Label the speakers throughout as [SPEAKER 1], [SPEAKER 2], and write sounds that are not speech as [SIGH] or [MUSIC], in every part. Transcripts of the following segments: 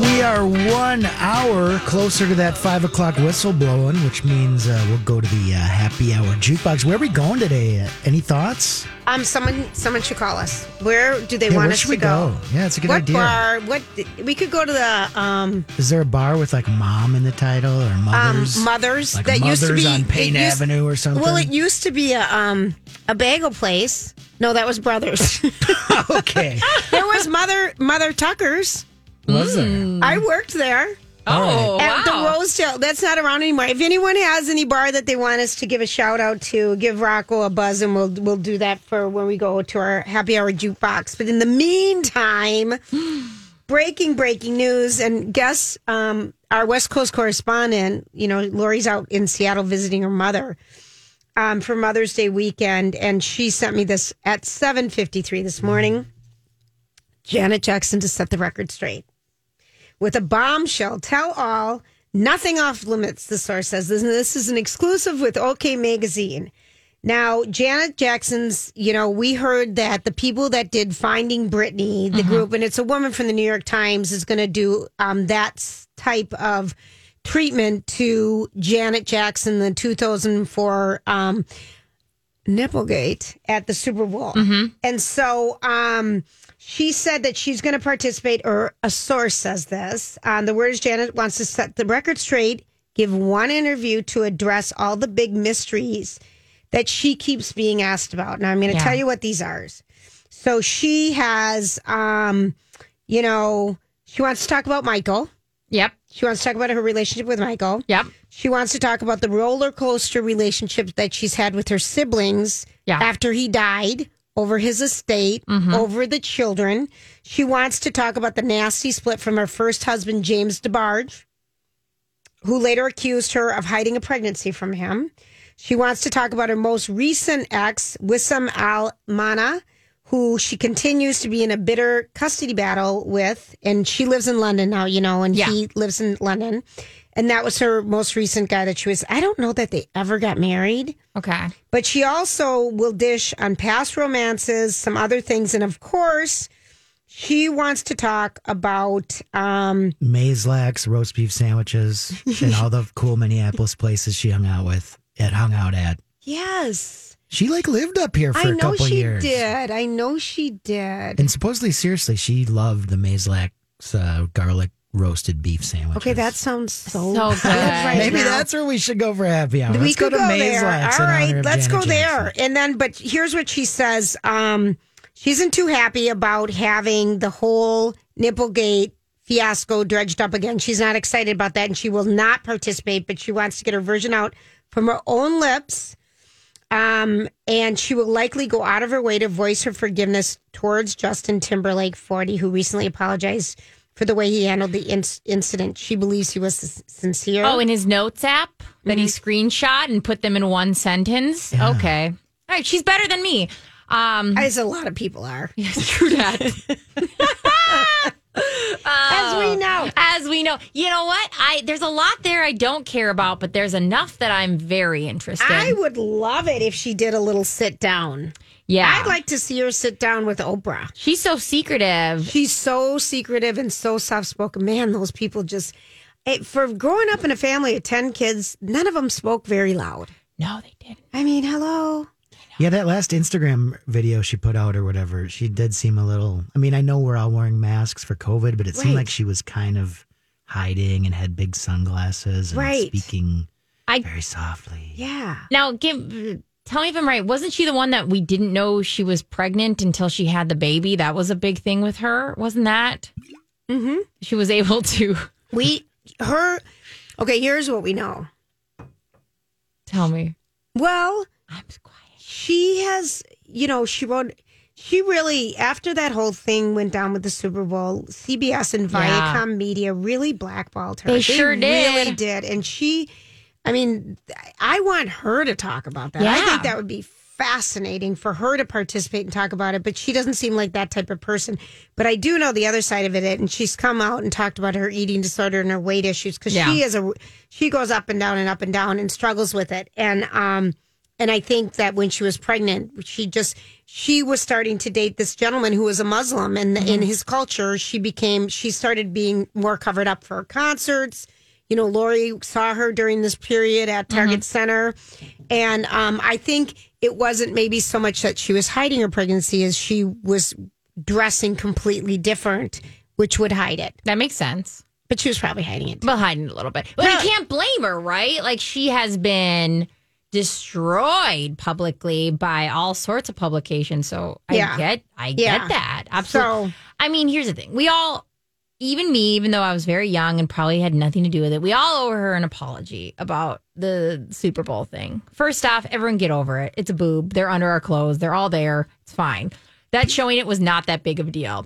[SPEAKER 1] We are one hour closer to that five o'clock whistle blowing, which means uh, we'll go to the uh, happy hour jukebox. Where are we going today? Uh, any thoughts?
[SPEAKER 2] Um, someone, someone should call us. Where do they
[SPEAKER 1] Yeah,
[SPEAKER 2] want
[SPEAKER 1] where
[SPEAKER 2] us
[SPEAKER 1] should
[SPEAKER 2] to
[SPEAKER 1] we go? Yeah, it's a good
[SPEAKER 2] what
[SPEAKER 1] idea.
[SPEAKER 2] bar? What we could go to the um,
[SPEAKER 1] Is there a bar with like mom in the title or
[SPEAKER 2] um
[SPEAKER 1] mothers?
[SPEAKER 2] mothers
[SPEAKER 1] like
[SPEAKER 2] that used to
[SPEAKER 1] Mothers
[SPEAKER 2] be
[SPEAKER 1] on Payne
[SPEAKER 2] it used-
[SPEAKER 1] Avenue or something?
[SPEAKER 2] Well, it used to be a um a bagel place. No, that was Brothers.
[SPEAKER 1] [LAUGHS]
[SPEAKER 2] [LAUGHS]
[SPEAKER 1] okay.
[SPEAKER 2] there was Mother Mother Tucker's.
[SPEAKER 1] Was there?
[SPEAKER 2] I worked there.
[SPEAKER 3] Oh,
[SPEAKER 2] At
[SPEAKER 3] wow.
[SPEAKER 2] the Rosedale, that's not around anymore. If anyone has any bar that they want us to give a shout out to, give Rocco a buzz, and we'll we'll do that for when we go to our happy hour jukebox. But in the
[SPEAKER 3] [GASPS]
[SPEAKER 2] meantime, breaking breaking news, and guess um, our West Coast correspondent, you know, Lori's out in Seattle visiting her mother um, for Mother's Day weekend, and she sent me this at seven fifty three this morning. Janet Jackson to set the record straight with a bombshell tell all nothing off limits the source says this, this is an exclusive with ok magazine now janet jackson's you know we heard that the people that did finding britney the group and it's a woman from the new york times is going to do um, that s- type of treatment to janet jackson the 2004 um, nipplegate at the super bowl and so um, she said that she's going to participate, or a source says this. Um, the words Janet wants to set the record straight, give one interview to address all the big mysteries that she keeps being asked about. Now, I'm going to tell you what these are. So she has, um, you know, she wants to talk about Michael.
[SPEAKER 3] Yep.
[SPEAKER 2] She wants to talk about her relationship with Michael.
[SPEAKER 3] Yep.
[SPEAKER 2] She wants to talk about the roller coaster relationship that she's had with her siblings
[SPEAKER 3] Yeah.
[SPEAKER 2] after he died, over his estate, over the children. She wants to talk about the nasty split from her first husband, James DeBarge, who later accused her of hiding a pregnancy from him. She wants to talk about her most recent ex, Wissam Al Mana, who she continues to be in a bitter custody battle with. And she lives in London now, you know, and
[SPEAKER 3] Yeah.
[SPEAKER 2] he lives in London. And that was her most recent guy that she was. I don't know that they ever got married,
[SPEAKER 3] Okay.
[SPEAKER 2] but she also will dish on past romances, some other things. And of course, she wants to talk about um,
[SPEAKER 1] Maze Lax, roast beef sandwiches, and all the cool Minneapolis places she hung out with, and hung out at.
[SPEAKER 2] yes.
[SPEAKER 1] She like lived up here for
[SPEAKER 2] I
[SPEAKER 1] a
[SPEAKER 2] know
[SPEAKER 1] couple
[SPEAKER 2] she
[SPEAKER 1] years.
[SPEAKER 2] did. I know she did.
[SPEAKER 1] And supposedly, seriously, she loved the Maze Lax uh, garlic roasted beef sandwich.
[SPEAKER 2] okay, that sounds so,
[SPEAKER 3] So
[SPEAKER 2] good. [LAUGHS]
[SPEAKER 3] good.
[SPEAKER 2] right
[SPEAKER 1] Maybe
[SPEAKER 2] now.
[SPEAKER 1] that's where we should go for happy hour.
[SPEAKER 2] we
[SPEAKER 1] let's
[SPEAKER 2] could
[SPEAKER 1] go to Maze
[SPEAKER 2] there.
[SPEAKER 1] Lax.
[SPEAKER 2] All
[SPEAKER 1] in honor
[SPEAKER 2] right,
[SPEAKER 1] of
[SPEAKER 2] let's
[SPEAKER 1] Janet
[SPEAKER 2] go there.
[SPEAKER 1] Jackson.
[SPEAKER 2] And then, but here's what she says: um, she isn't too happy about having the whole Nipplegate fiasco dredged up again. She's not excited about that, and she will not participate. But she wants to get her version out from her own lips. Um, and she will likely go out of her way to voice her forgiveness towards Justin Timberlake, 40, who recently apologized for the way he handled the inc- incident. She believes he was s- sincere.
[SPEAKER 3] Oh, in his notes app that he screenshot and put them in one sentence. Okay. All right. She's better than me. Um,
[SPEAKER 2] as a lot of people are.
[SPEAKER 3] true that.
[SPEAKER 2] As we know.
[SPEAKER 3] [LAUGHS] As we know, you know what? I there's a lot there I don't care about, but there's enough that I'm very interested.
[SPEAKER 2] I would love it if she did a little sit down.
[SPEAKER 3] yeah,
[SPEAKER 2] I'd like to see her sit down with Oprah.
[SPEAKER 3] she's so secretive.
[SPEAKER 2] She's so secretive and so soft spoken. Man, those people just. It, for growing up in a family of 10 kids, none of them spoke very loud.
[SPEAKER 3] No, they didn't.
[SPEAKER 2] I mean, hello.
[SPEAKER 1] Yeah, that last Instagram video she put out or whatever, she did seem a little. I mean, I know we're all wearing masks for COVID, but it seemed
[SPEAKER 2] Right.
[SPEAKER 1] like she was kind of hiding and had big sunglasses and
[SPEAKER 2] Right.
[SPEAKER 1] speaking
[SPEAKER 3] I-
[SPEAKER 1] very softly.
[SPEAKER 2] Yeah.
[SPEAKER 3] Now, give, tell me if I'm right. Wasn't she the one that we didn't know she was pregnant until she had the baby? That was a big thing with her, wasn't that? Mm-hmm. She was able to [LAUGHS]
[SPEAKER 2] We, her, okay, here's what we know.
[SPEAKER 3] tell me.
[SPEAKER 2] Well,
[SPEAKER 3] I'm quiet.
[SPEAKER 2] she has, you know, she wrote, she really, after that whole thing went down with the Super Bowl, CBS and
[SPEAKER 3] Yeah.
[SPEAKER 2] Viacom Media really blackballed her.
[SPEAKER 3] They sure did.
[SPEAKER 2] Really did. And she, I mean, I want her to talk about that. I
[SPEAKER 3] Yeah.
[SPEAKER 2] think that would be fascinating for her to participate and talk about it, but she doesn't seem like that type of person. But I do know the other side of it, and she's come out and talked about her eating disorder and her weight issues because
[SPEAKER 3] Yeah.
[SPEAKER 2] she is a she goes up and down and up and down and struggles with it. And um and I think that when she was pregnant, she just she was starting to date this gentleman who was a Muslim, and
[SPEAKER 3] Mm-hmm.
[SPEAKER 2] in his culture, she became she started being more covered up for concerts you know, Lori saw her during this period at
[SPEAKER 3] Mm-hmm.
[SPEAKER 2] Target Center. And um, I think it wasn't maybe so much that she was hiding her pregnancy as she was dressing completely different, which would hide it.
[SPEAKER 3] That makes sense.
[SPEAKER 2] But she was probably hiding it.
[SPEAKER 3] But hiding it a little bit. But I can't blame her, right? Like she has been destroyed publicly by all sorts of publications. So I
[SPEAKER 2] Yeah.
[SPEAKER 3] get I
[SPEAKER 2] Yeah.
[SPEAKER 3] get that. Absolutely.
[SPEAKER 2] So-
[SPEAKER 3] I mean, here's the thing. We all even me, even though I was very young and probably had nothing to do with it, we all owe her an apology about the Super Bowl thing. First off, everyone get over it. It's a boob. They're under our clothes. They're all there. It's fine. That showing it was not that big of a deal.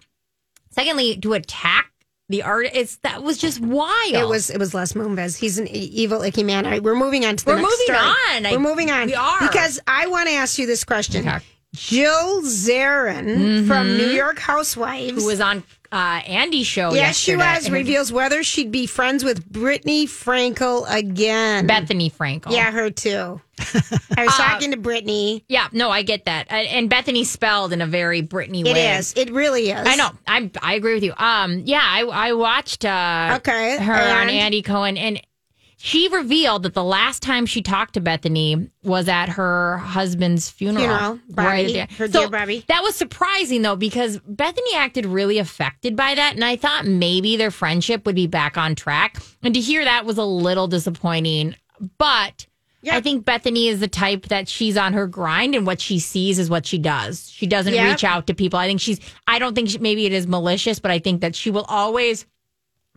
[SPEAKER 3] Secondly, to attack the artist, it's, that was just wild.
[SPEAKER 2] It was it was Les Moonves. He's an e- evil icky man. All right, we're moving on to the
[SPEAKER 3] We're
[SPEAKER 2] next
[SPEAKER 3] moving
[SPEAKER 2] story.
[SPEAKER 3] on. I-
[SPEAKER 2] We're moving on.
[SPEAKER 3] we are.
[SPEAKER 2] because I want to ask you this question.
[SPEAKER 3] Okay. Mm-hmm.
[SPEAKER 2] Jill Zarin from New York Housewives
[SPEAKER 3] who was on uh, Andy's show.
[SPEAKER 2] Yes, she
[SPEAKER 3] yesterday.
[SPEAKER 2] was. Reveals whether she'd be friends with Brittany Frankel again.
[SPEAKER 3] Bethany Frankel. Uh,
[SPEAKER 2] Yeah, her
[SPEAKER 3] [LAUGHS]
[SPEAKER 2] too. I was talking to Brittany.
[SPEAKER 3] yeah. No, I get that. And- And Bethany spelled in a very Brittany
[SPEAKER 2] It
[SPEAKER 3] way.
[SPEAKER 2] is. It really is.
[SPEAKER 3] I know. I I agree with you. Um. Yeah. I I watched. Uh,
[SPEAKER 2] Okay,
[SPEAKER 3] Her
[SPEAKER 2] and?
[SPEAKER 3] on Andy Cohen, and she revealed that the last time she talked to Bethany was at her husband's funeral.
[SPEAKER 2] Funeral, Bobby,
[SPEAKER 3] there.
[SPEAKER 2] her
[SPEAKER 3] so
[SPEAKER 2] dear Bobby.
[SPEAKER 3] That was surprising though, because Bethany acted really affected by that, and I thought maybe their friendship would be back on track. And to hear that was a little disappointing, but. I think Bethany is the type that she's on her grind, and what she sees is what she does. She doesn't
[SPEAKER 2] Yep.
[SPEAKER 3] reach out to people. I think she's. I don't think she, maybe it is malicious, but I think that she will always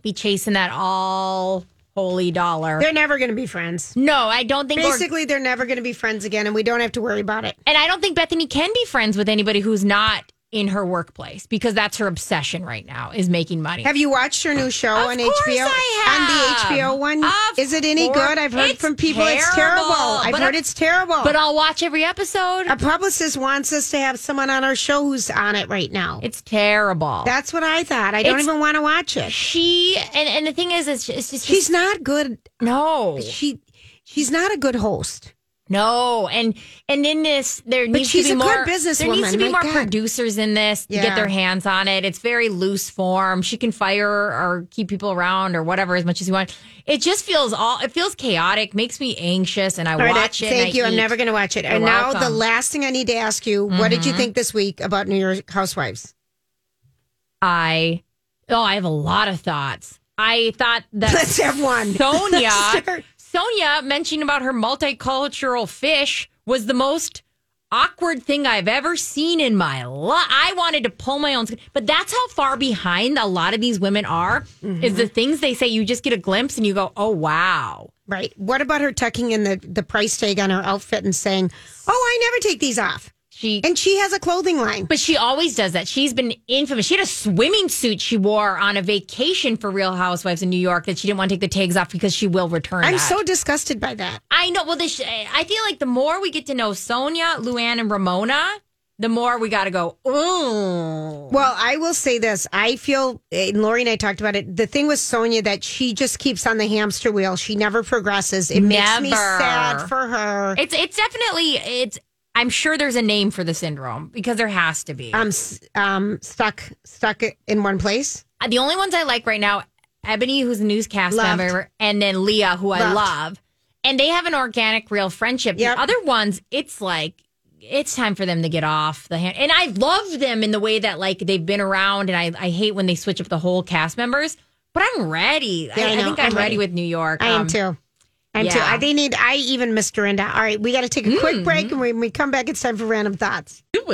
[SPEAKER 3] be chasing that all holy dollar.
[SPEAKER 2] They're never going to be friends.
[SPEAKER 3] no, I don't think. or-
[SPEAKER 2] Basically, they're never going to be friends again, and we don't have to worry about it.
[SPEAKER 3] and I don't think Bethany can be friends with anybody who's not in her workplace because that's her obsession right now is making money.
[SPEAKER 2] Have you watched her new show
[SPEAKER 3] Of
[SPEAKER 2] on
[SPEAKER 3] course
[SPEAKER 2] HBO?
[SPEAKER 3] I have.
[SPEAKER 2] On the HBO one?
[SPEAKER 3] Of
[SPEAKER 2] is it any
[SPEAKER 3] course.
[SPEAKER 2] good? I've heard
[SPEAKER 3] It's
[SPEAKER 2] from people it's terrible.
[SPEAKER 3] terrible.
[SPEAKER 2] I've
[SPEAKER 3] But
[SPEAKER 2] heard
[SPEAKER 3] I-
[SPEAKER 2] it's terrible.
[SPEAKER 3] but I'll watch every episode.
[SPEAKER 2] a publicist wants us to have someone on our show who's on it right now.
[SPEAKER 3] It's terrible.
[SPEAKER 2] That's what I thought. I don't
[SPEAKER 3] It's-
[SPEAKER 2] even want to watch it.
[SPEAKER 3] she and and the thing is, it's just, it's just
[SPEAKER 2] She's not good.
[SPEAKER 3] no.
[SPEAKER 2] She she's not a good host.
[SPEAKER 3] No, and and in this, there needs
[SPEAKER 2] she's
[SPEAKER 3] to
[SPEAKER 2] a
[SPEAKER 3] be
[SPEAKER 2] good
[SPEAKER 3] more. there
[SPEAKER 2] businesswoman,
[SPEAKER 3] needs to be
[SPEAKER 2] my
[SPEAKER 3] more
[SPEAKER 2] God.
[SPEAKER 3] producers in this to
[SPEAKER 2] Yeah.
[SPEAKER 3] get their hands on it. It's very loose form. She can fire or keep people around or whatever as much as you want. It just feels all. It feels chaotic. Makes me anxious, and I
[SPEAKER 2] All right,
[SPEAKER 3] watch it. and
[SPEAKER 2] Thank
[SPEAKER 3] I
[SPEAKER 2] you. I'm
[SPEAKER 3] eat.
[SPEAKER 2] never going to watch it. and now the
[SPEAKER 3] welcome. Mm-hmm.
[SPEAKER 2] last thing I need to ask you: What did you think this week about New York
[SPEAKER 3] [LAUGHS]
[SPEAKER 2] Housewives?
[SPEAKER 3] I oh, I have a lot of thoughts. I thought that
[SPEAKER 2] Let's have [LAUGHS] one. Let's
[SPEAKER 3] Sonia
[SPEAKER 2] start.
[SPEAKER 3] Sonia mentioning about her multicultural fish was the most awkward thing I've ever seen in my life. I wanted to pull my own skin, but that's how far behind a lot of these women are.
[SPEAKER 2] Mm-hmm.
[SPEAKER 3] Is the things they say you just get a glimpse and you go, "Oh wow."
[SPEAKER 2] Right. What about her tucking in the the price tag on her outfit and saying, "Oh, I never take these off,"
[SPEAKER 3] She
[SPEAKER 2] and she has a clothing line.
[SPEAKER 3] But she always does that. She's been infamous. She had a swimming suit she wore on a vacation for Real Housewives in New York that she didn't want to take the tags off because she will return.
[SPEAKER 2] I'm
[SPEAKER 3] that.
[SPEAKER 2] so disgusted by that.
[SPEAKER 3] I know. Well, this I feel like the more we get to know Sonia, Luann, and Ramona, the more we got to go. Ooh,
[SPEAKER 2] Well, I will say this. I feel, and Lori and I talked about it. The thing with Sonia that she just keeps on the hamster wheel. She never progresses. It makes me
[SPEAKER 3] Never.
[SPEAKER 2] sad for her.
[SPEAKER 3] it's it's definitely it's. I'm sure there's a name for the syndrome because there has to be.
[SPEAKER 2] I'm s- um, stuck, stuck in one place.
[SPEAKER 3] Uh, the only ones I like right now, Ebony, who's a newscast
[SPEAKER 2] Loved.
[SPEAKER 3] member, and then Leah, who I
[SPEAKER 2] Loved.
[SPEAKER 3] love, and they have an organic, real friendship.
[SPEAKER 2] Yep.
[SPEAKER 3] The other ones, it's like it's time for them to get off the hand. And I love them in the way that like they've been around, and I, I hate when they switch up the whole cast members. But I'm ready.
[SPEAKER 2] Yeah,
[SPEAKER 3] I,
[SPEAKER 2] I
[SPEAKER 3] I
[SPEAKER 2] know.
[SPEAKER 3] think I'm,
[SPEAKER 2] I'm ready.
[SPEAKER 3] ready with New York.
[SPEAKER 2] I am
[SPEAKER 3] Um,
[SPEAKER 2] too. I'm too.
[SPEAKER 3] yeah. Hmm.
[SPEAKER 2] I, they need. I even missed Dorinda. All right, we got to take a quick break, and when we come back, it's time for random thoughts.
[SPEAKER 4] You know,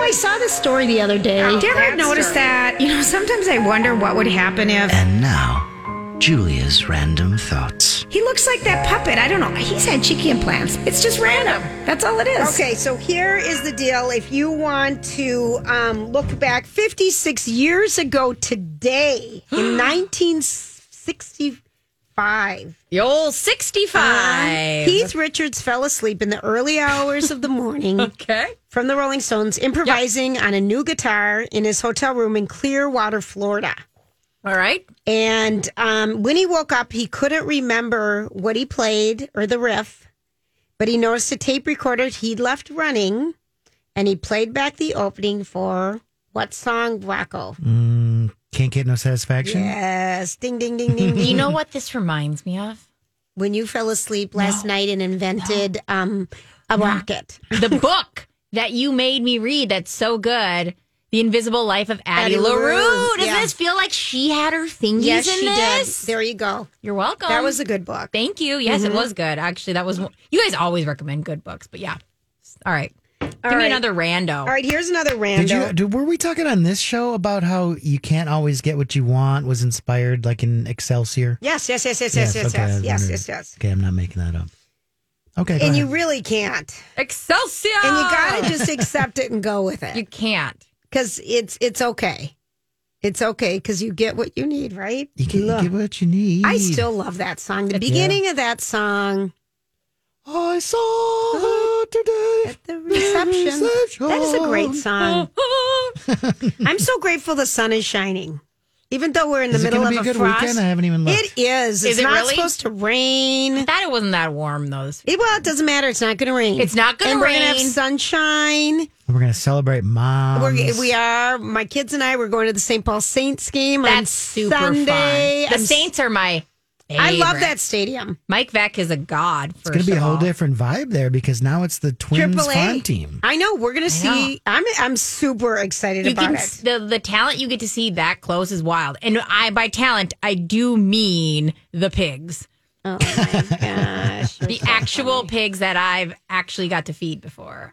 [SPEAKER 4] I saw this story the other day.
[SPEAKER 2] Did you ever notice Oh, that? You know, sometimes I wonder what would happen if
[SPEAKER 5] And now, Julia's random thoughts.
[SPEAKER 4] He looks like that puppet. I don't know. He's had cheeky implants. It's just random. That's all it is.
[SPEAKER 2] Okay, so here is the deal. If you want to um, look back 56 years ago today,
[SPEAKER 3] [GASPS]
[SPEAKER 2] in 1965,
[SPEAKER 3] The old 65.
[SPEAKER 2] Keith Richards fell asleep in the early hours of the morning
[SPEAKER 3] [LAUGHS] okay.
[SPEAKER 2] from the Rolling Stones, improvising on a new guitar in his hotel room in Clearwater, Florida. [LAUGHS]
[SPEAKER 3] All right.
[SPEAKER 2] And um, when he woke up, he couldn't remember what he played or the riff, but he noticed a tape recorder he'd left running and he played back the opening for what song, Rocco?
[SPEAKER 1] Can't get no satisfaction.
[SPEAKER 2] Yes. Ding, ding, ding, ding,
[SPEAKER 3] Do [LAUGHS]
[SPEAKER 2] ding.
[SPEAKER 3] you know what this reminds me of?
[SPEAKER 2] when you fell asleep last night and invented um, a rocket.
[SPEAKER 3] The book that you made me read that's so good. The Invisible Life of Addie,
[SPEAKER 2] Addie
[SPEAKER 3] LaRue.
[SPEAKER 2] LaRue,
[SPEAKER 3] Does
[SPEAKER 2] yeah.
[SPEAKER 3] this feel like she had her fingies
[SPEAKER 2] Yes,
[SPEAKER 3] in
[SPEAKER 2] she
[SPEAKER 3] this?
[SPEAKER 2] did. There you go.
[SPEAKER 3] You're welcome.
[SPEAKER 2] That was a Mm-hmm. good book.
[SPEAKER 3] Thank you. Yes, it was good. Actually, that was one- you guys always recommend good books, but yeah. All right. Give me
[SPEAKER 2] right.
[SPEAKER 3] another rando.
[SPEAKER 2] All right, here's another random.
[SPEAKER 1] Did you? Did, were we talking on this show about how you can't always get what you want? Was inspired like in Excelsior.
[SPEAKER 2] Yes, yes, yes, yes, yes, yes,
[SPEAKER 1] okay, I
[SPEAKER 2] yes,
[SPEAKER 1] was
[SPEAKER 2] yes,
[SPEAKER 1] wondering.
[SPEAKER 2] yes, yes.
[SPEAKER 1] Okay, I'm not making that up. Okay, go
[SPEAKER 2] And you
[SPEAKER 1] ahead.
[SPEAKER 2] really can't.
[SPEAKER 3] Excelsior.
[SPEAKER 2] And you gotta just accept it and go with it.
[SPEAKER 3] You can't. [LAUGHS]
[SPEAKER 2] because it's it's okay. It's okay because you get what you need, right?
[SPEAKER 1] you can
[SPEAKER 2] Look,
[SPEAKER 1] get what you need.
[SPEAKER 2] I still love that song. The beginning of that song
[SPEAKER 1] I saw her today.
[SPEAKER 2] at the reception. That is a great song. I'm so grateful the sun is shining, even though we're in the
[SPEAKER 1] Is it
[SPEAKER 2] middle
[SPEAKER 1] gonna
[SPEAKER 2] of
[SPEAKER 1] be a good
[SPEAKER 2] frost.
[SPEAKER 1] weekend? I haven't even looked.
[SPEAKER 2] It is. It's
[SPEAKER 3] it
[SPEAKER 2] not
[SPEAKER 3] really?
[SPEAKER 2] supposed to rain.
[SPEAKER 3] I thought it wasn't that warm though. This
[SPEAKER 2] It, well, it doesn't matter. It's not going to rain.
[SPEAKER 3] It's not gonna
[SPEAKER 2] And We're going to
[SPEAKER 3] rain.
[SPEAKER 2] have sunshine.
[SPEAKER 1] We're gonna celebrate mom.
[SPEAKER 2] We're, we are. My kids and I. We're going to the St. Paul Saints game on
[SPEAKER 3] That's super
[SPEAKER 2] Sunday.
[SPEAKER 3] fun. The
[SPEAKER 2] I'm-
[SPEAKER 3] Saints are my.
[SPEAKER 2] I love
[SPEAKER 3] favorite.
[SPEAKER 2] that stadium.
[SPEAKER 3] Mike Vec is a god. First
[SPEAKER 1] It's gonna be
[SPEAKER 3] of
[SPEAKER 1] a whole
[SPEAKER 3] all.
[SPEAKER 1] different vibe there because now it's the Twins
[SPEAKER 2] Triple A
[SPEAKER 1] farm team.
[SPEAKER 2] I know we're gonna see. I'm I'm super excited
[SPEAKER 3] You
[SPEAKER 2] about
[SPEAKER 3] can
[SPEAKER 2] it.
[SPEAKER 3] s- the the talent you get to see that close is wild. And I by talent I do mean the pigs,
[SPEAKER 2] oh my gosh!
[SPEAKER 3] the actual pigs that I've actually got to feed before.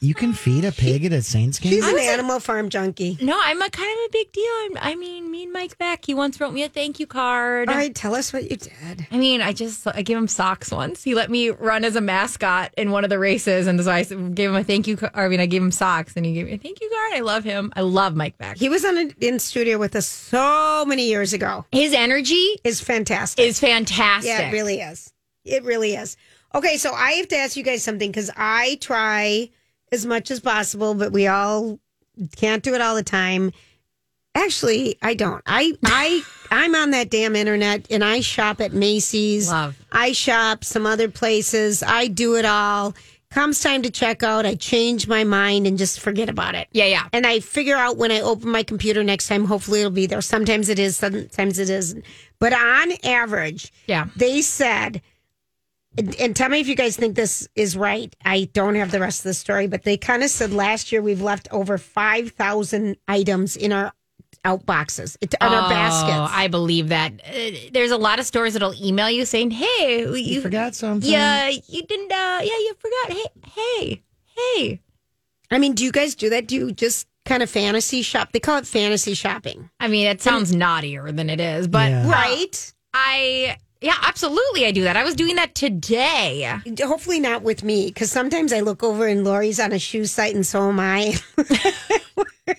[SPEAKER 1] You can feed a pig at a Saints game.
[SPEAKER 2] He's an animal farm junkie.
[SPEAKER 3] No, I'm a kind of a big deal. I'm, I mean, me and Mike Vec. He once wrote me a thank you card.
[SPEAKER 2] All right, tell us what you did.
[SPEAKER 3] I mean, I just I gave him socks once. He let me run as a mascot in one of the races, and so I gave him a thank you. ca- I mean, I gave him socks, and he gave me a thank you card. I love him. I love Mike Beck.
[SPEAKER 2] He was on a, in studio with us so many years ago.
[SPEAKER 3] His energy
[SPEAKER 2] Is fantastic.
[SPEAKER 3] is fantastic.
[SPEAKER 2] yeah, it really is. It really is. Okay, so I have to ask you guys something because I try as much as possible, but we all can't do it all the time. Actually, I don't. I
[SPEAKER 3] [LAUGHS]
[SPEAKER 2] I I'm on that damn internet and I shop at Macy's.
[SPEAKER 3] Love.
[SPEAKER 2] I shop some other places. I do it all. Comes time to check out, I change my mind and just forget about it.
[SPEAKER 3] Yeah, yeah.
[SPEAKER 2] And I figure out when I open my computer next time, hopefully it'll be there. Sometimes it is, sometimes it isn't. But on average,
[SPEAKER 3] Yeah.
[SPEAKER 2] they said, and, and tell me if you guys think this is right. I don't have the rest of the story, but they kind of said last year we've left over 5,000 items in our out boxes, in our baskets.
[SPEAKER 3] Oh, I believe that. Uh, there's a lot of stores that'll email you saying, "Hey, you,
[SPEAKER 1] You forgot something.
[SPEAKER 3] Yeah, you didn't. Uh, yeah, you forgot. Hey, hey, hey."
[SPEAKER 2] I mean, do you guys do that? Do you just kind of fantasy shop? They call it fantasy shopping,
[SPEAKER 3] I mean, it sounds naughtier than it is, but
[SPEAKER 1] Yeah.
[SPEAKER 2] right?
[SPEAKER 3] I. Yeah, absolutely. I do that. I was doing
[SPEAKER 2] [LAUGHS]
[SPEAKER 3] that today.
[SPEAKER 2] Hopefully not with me, because sometimes I look over and Lori's on a shoe site, and so am I. [LAUGHS]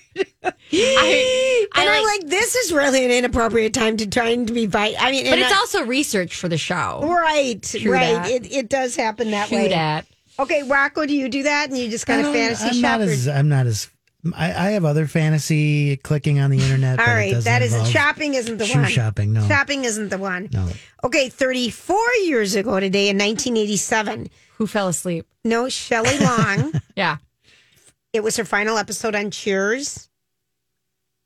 [SPEAKER 3] I, I
[SPEAKER 2] And I am
[SPEAKER 3] like,
[SPEAKER 2] like, this is really an inappropriate time to try and be bite. I mean,
[SPEAKER 3] but
[SPEAKER 2] and
[SPEAKER 3] it's
[SPEAKER 2] I-
[SPEAKER 3] also research for the show.
[SPEAKER 2] right, right.
[SPEAKER 3] dat.
[SPEAKER 2] It, it does happen that
[SPEAKER 3] Shoot
[SPEAKER 2] way.
[SPEAKER 3] at.
[SPEAKER 2] Okay, Rocco, do you do that? And you just kind of
[SPEAKER 1] don't-
[SPEAKER 2] fantasy
[SPEAKER 1] I'm
[SPEAKER 2] shop?
[SPEAKER 1] Not
[SPEAKER 2] or-
[SPEAKER 1] as, I'm not as. I, I have other fantasy clicking on the internet.
[SPEAKER 2] All
[SPEAKER 1] but it
[SPEAKER 2] right,
[SPEAKER 1] doesn't
[SPEAKER 2] that isn't
[SPEAKER 1] involve
[SPEAKER 2] shopping. Isn't the
[SPEAKER 1] Shoe
[SPEAKER 2] one
[SPEAKER 1] shopping, no.
[SPEAKER 2] Shopping isn't the one.
[SPEAKER 1] No.
[SPEAKER 2] Okay, thirty-four years ago today, in 1987.
[SPEAKER 3] Who fell asleep?
[SPEAKER 2] No,
[SPEAKER 1] [LAUGHS]
[SPEAKER 2] Shelley Long.
[SPEAKER 3] Yeah.
[SPEAKER 2] It was her final episode on Cheers.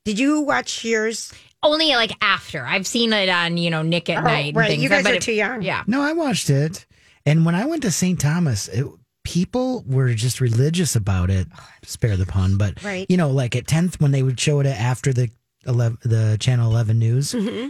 [SPEAKER 2] Did you watch Cheers?
[SPEAKER 3] Only like after. I've seen it on, you know, Nick at
[SPEAKER 2] Oh,
[SPEAKER 3] Night. and
[SPEAKER 2] right,
[SPEAKER 3] things,
[SPEAKER 2] you guys
[SPEAKER 3] but
[SPEAKER 2] are
[SPEAKER 3] it-
[SPEAKER 2] too young.
[SPEAKER 3] Yeah.
[SPEAKER 1] No, I watched it, and when I went to St. Thomas, it, people were just religious about it. Spare the pun, but
[SPEAKER 2] Right.
[SPEAKER 1] you know, like at tenth when they would show it after the eleven, the Channel Eleven news.
[SPEAKER 2] Mm-hmm.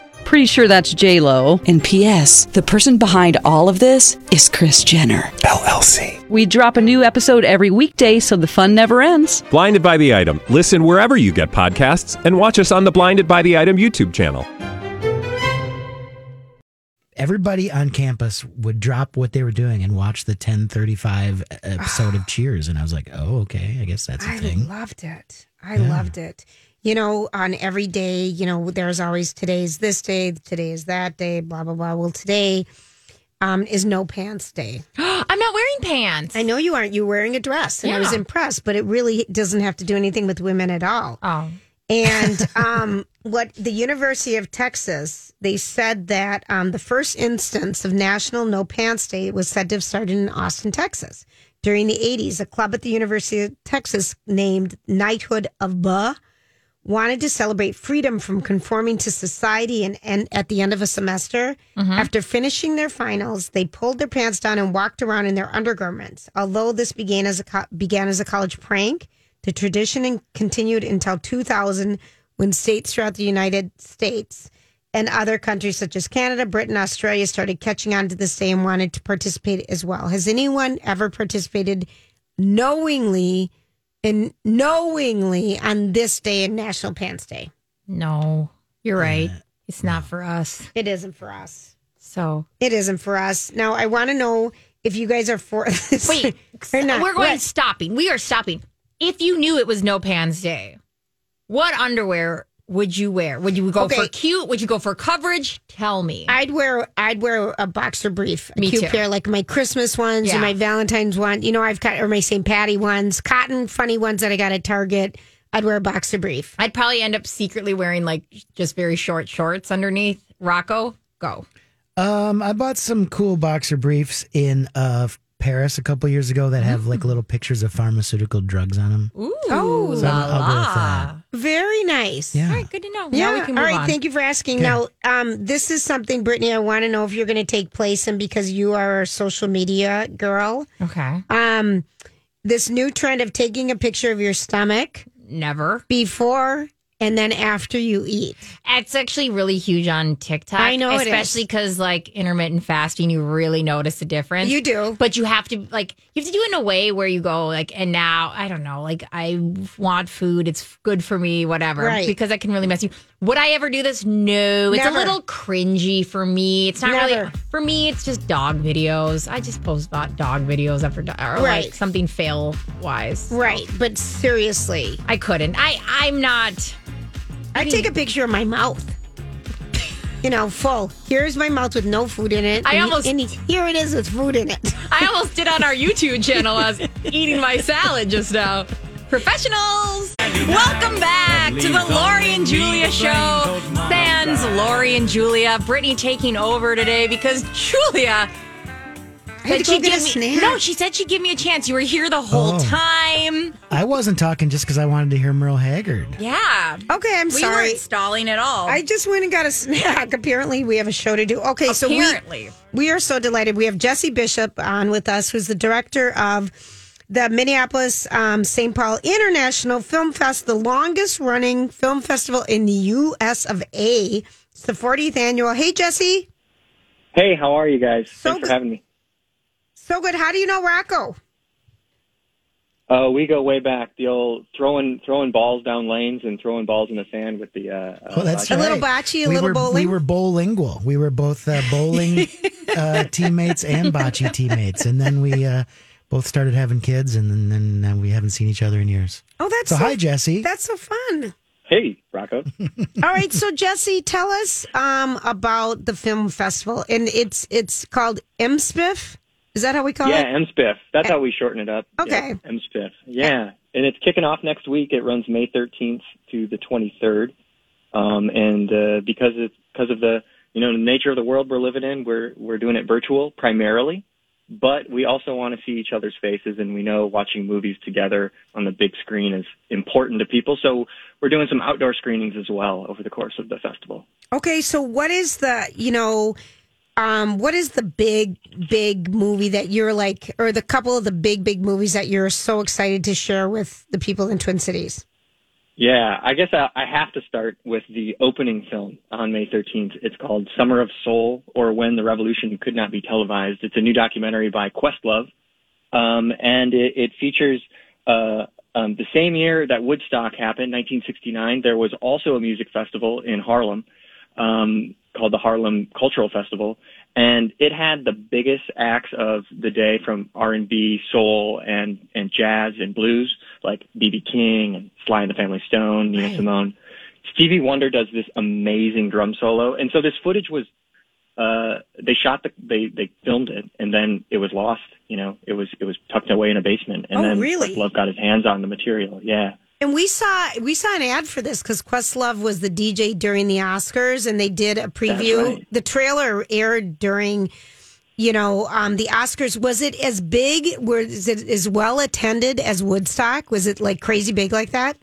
[SPEAKER 6] Pretty sure that's J Lo.
[SPEAKER 7] And P.S. The person behind all of this is Chris Jenner.
[SPEAKER 8] LLC.
[SPEAKER 6] We drop a new episode every weekday, so the fun never ends.
[SPEAKER 8] Blinded by the item. Listen wherever you get podcasts, and watch us on the Blinded by the Item YouTube channel.
[SPEAKER 1] Everybody on campus would drop what they were doing and watch the ten thirty five episode
[SPEAKER 2] [SIGHS]
[SPEAKER 1] of Cheers, and I was like, oh okay, I guess that's a
[SPEAKER 2] I
[SPEAKER 1] thing.
[SPEAKER 2] loved it. I loved it. You know, on every day, you know, there's always today's this day, today is that day, blah blah blah. Well, today um, is no pants day.
[SPEAKER 3] [GASPS] I'm not wearing pants.
[SPEAKER 2] I know you aren't. You're wearing a dress, and I was
[SPEAKER 3] Yeah.
[SPEAKER 2] impressed. But it really doesn't have to do anything with women at all.
[SPEAKER 3] Oh,
[SPEAKER 2] And um, what the University of Texas, they said that um, the first instance of National No Pants Day was said to have started in Austin, Texas. During the 80s, a club at the University of Texas named Knighthood of Buh wanted to celebrate freedom from conforming to society and, and at the end of a semester after finishing their finals they pulled their pants down and walked around in their undergarments although this began as a co- began as a college prank the tradition in- continued until 2000 when states throughout the united states and other countries such as canada britain australia started catching on to this day and wanted to participate as well has anyone ever participated knowingly and knowingly on this day in National Pants Day.
[SPEAKER 3] no. You're right. It's not for us.
[SPEAKER 2] It isn't for us. [LAUGHS]
[SPEAKER 3] So
[SPEAKER 2] It isn't for us. Now I want to know if you guys are for [LAUGHS] this
[SPEAKER 3] wait,
[SPEAKER 2] or not.
[SPEAKER 3] we're going
[SPEAKER 2] What?
[SPEAKER 3] stopping. We are stopping. If you knew it was no pants day, what underwear would you wear? Would you go for
[SPEAKER 2] Okay.
[SPEAKER 3] cute? Would you go for coverage? Tell me.
[SPEAKER 2] I'd wear I'd wear a boxer brief, a
[SPEAKER 3] Me
[SPEAKER 2] cute
[SPEAKER 3] too.
[SPEAKER 2] pair like my Christmas ones
[SPEAKER 3] Yeah.
[SPEAKER 2] or my Valentine's one. You know I've got or my St. Patty ones, cotton funny ones that I got at Target. I'd wear a boxer brief.
[SPEAKER 3] I'd probably end up secretly wearing like just very short shorts underneath. Rocco, go.
[SPEAKER 1] Um, I bought some cool boxer briefs in uh, Paris a couple years ago that have
[SPEAKER 2] Mm.
[SPEAKER 1] like little pictures of pharmaceutical drugs on them.
[SPEAKER 3] Ooh,
[SPEAKER 2] Oh.
[SPEAKER 1] So
[SPEAKER 3] la
[SPEAKER 1] I'll go with
[SPEAKER 3] la.
[SPEAKER 1] that.
[SPEAKER 2] Very nice.
[SPEAKER 3] All
[SPEAKER 1] Yeah.
[SPEAKER 3] right, good to know.
[SPEAKER 2] Yeah.
[SPEAKER 3] Now we can move
[SPEAKER 2] All right.
[SPEAKER 3] on.
[SPEAKER 2] Thank you for asking. Now, um, this is something, Brittany. I want to know if you're going to take place in because you are a social media girl.
[SPEAKER 3] Okay.
[SPEAKER 2] Um, this new trend of taking a picture of your stomach
[SPEAKER 3] Never.
[SPEAKER 2] before and then after you eat.
[SPEAKER 3] It's actually really huge on TikTok.
[SPEAKER 2] I know it is.
[SPEAKER 3] especially because like intermittent fasting, you really notice the difference.
[SPEAKER 2] You do.
[SPEAKER 3] but you have to like you have to do it in a way where you go like, and now I don't know, like I want food. It's good for me, whatever.
[SPEAKER 2] Right.
[SPEAKER 3] Because I can really mess you. Would I ever do this? No. It's
[SPEAKER 2] Never.
[SPEAKER 3] a little cringy for me. It's not really
[SPEAKER 2] Never.
[SPEAKER 3] for me. It's just dog videos. I just post about dog videos after do- or
[SPEAKER 2] Right.
[SPEAKER 3] like something fail wise.
[SPEAKER 2] Right. But seriously,
[SPEAKER 3] I couldn't. I I'm not.
[SPEAKER 2] I take a picture of my mouth. You know, full. Here's my mouth with no food in it.
[SPEAKER 3] I
[SPEAKER 2] and-
[SPEAKER 3] almost-
[SPEAKER 2] and here it is with food in it. [LAUGHS]
[SPEAKER 3] I almost did on our YouTube channel. I was eating my salad just now. Professionals, welcome back to the Lori and Julia show. Sans Lori and Julia. Brittany taking over today because Julia
[SPEAKER 2] I had to go get a
[SPEAKER 3] me
[SPEAKER 2] snack.
[SPEAKER 3] no. She said she'd give me a chance. You were here the whole
[SPEAKER 1] Oh.
[SPEAKER 3] time.
[SPEAKER 1] I wasn't talking just because I wanted to hear Merle Haggard.
[SPEAKER 3] Yeah,
[SPEAKER 2] Okay, Oh, I'm
[SPEAKER 3] we
[SPEAKER 2] sorry.
[SPEAKER 3] weren't stalling at all.
[SPEAKER 2] I just went and got a snack. Apparently, we have a show to do. Okay, so we
[SPEAKER 3] Apparently,
[SPEAKER 2] we are so delighted. We have Jesse Bishop on with us, who's the director of the Minneapolis um, St. Paul International Film Fest, the longest running film festival in the U.S. of A. It's the 40th annual. Hey, Jesse.
[SPEAKER 9] Hey, how are you guys?
[SPEAKER 2] So Thanks for good.
[SPEAKER 9] having me.
[SPEAKER 2] So good. How do you know Rocco?
[SPEAKER 9] Uh, we go way back. The old throwing throwing balls down lanes and throwing balls in the sand with the. Uh,
[SPEAKER 1] Oh, that's
[SPEAKER 2] A
[SPEAKER 1] right.
[SPEAKER 2] little bocce, a
[SPEAKER 1] we
[SPEAKER 2] little
[SPEAKER 1] were,
[SPEAKER 2] bowling. [LAUGHS]
[SPEAKER 1] We were bowlingual. We were both uh, bowling uh, teammates and bocce teammates, and then we uh, both started having kids, and then, then uh, we haven't seen each other in years.
[SPEAKER 2] Oh, that's
[SPEAKER 1] So hi, Jesse.
[SPEAKER 2] That's so fun.
[SPEAKER 10] Hey, Rocco.
[SPEAKER 2] All right, so Jesse, tell us um, about the film festival, and it's it's called MSPIF. Is that how we call
[SPEAKER 10] yeah,
[SPEAKER 2] it? Eh.
[SPEAKER 10] MSPIF. That's how we shorten it up.
[SPEAKER 2] Okay. Eh.
[SPEAKER 10] Yeah, MSPIF. Yeah. And it's kicking off next week. It runs May 13th to the 23rd. Um, and uh, because of, because of the you know the nature of the world we're living in, we're we're doing it virtual primarily, but we also want to see each other's faces, and we know watching movies together on the big screen is important to people. So we're doing some outdoor screenings as well over the course of the festival.
[SPEAKER 2] Okay, so what is the you know, um, what is the big big movie that you're like, or the couple of the big big movies that you're so excited to share with the people in Twin Cities?
[SPEAKER 10] Yeah, I guess I, I have to start with the opening film on May 13th. It's called Summer of Soul or When the Revolution Could Not Be Televised. It's a new documentary by Questlove. Um, and it, it features, uh, um, the same year that Woodstock happened, 1969, there was also a music festival in Harlem, um, called the Harlem Cultural Festival. And it had the biggest acts of the day from R&B, soul, and, and jazz and blues, like B.B. King and Sly and the Family Stone, Nina Simone. Stevie Wonder does this amazing drum solo. And so this footage was uh, they shot the they they filmed it and then it was lost. You know, it was it was tucked away in a basement. And
[SPEAKER 2] Oh,
[SPEAKER 10] then
[SPEAKER 2] really?
[SPEAKER 10] Love got his hands on the material. Yeah.
[SPEAKER 2] And we saw we saw an ad for this because Questlove was the DJ during the Oscars, and they did a preview.
[SPEAKER 10] right.
[SPEAKER 2] The trailer aired during, you know, um, the Oscars. Was it as big? Was it as well attended as Woodstock? Was it like crazy big like that?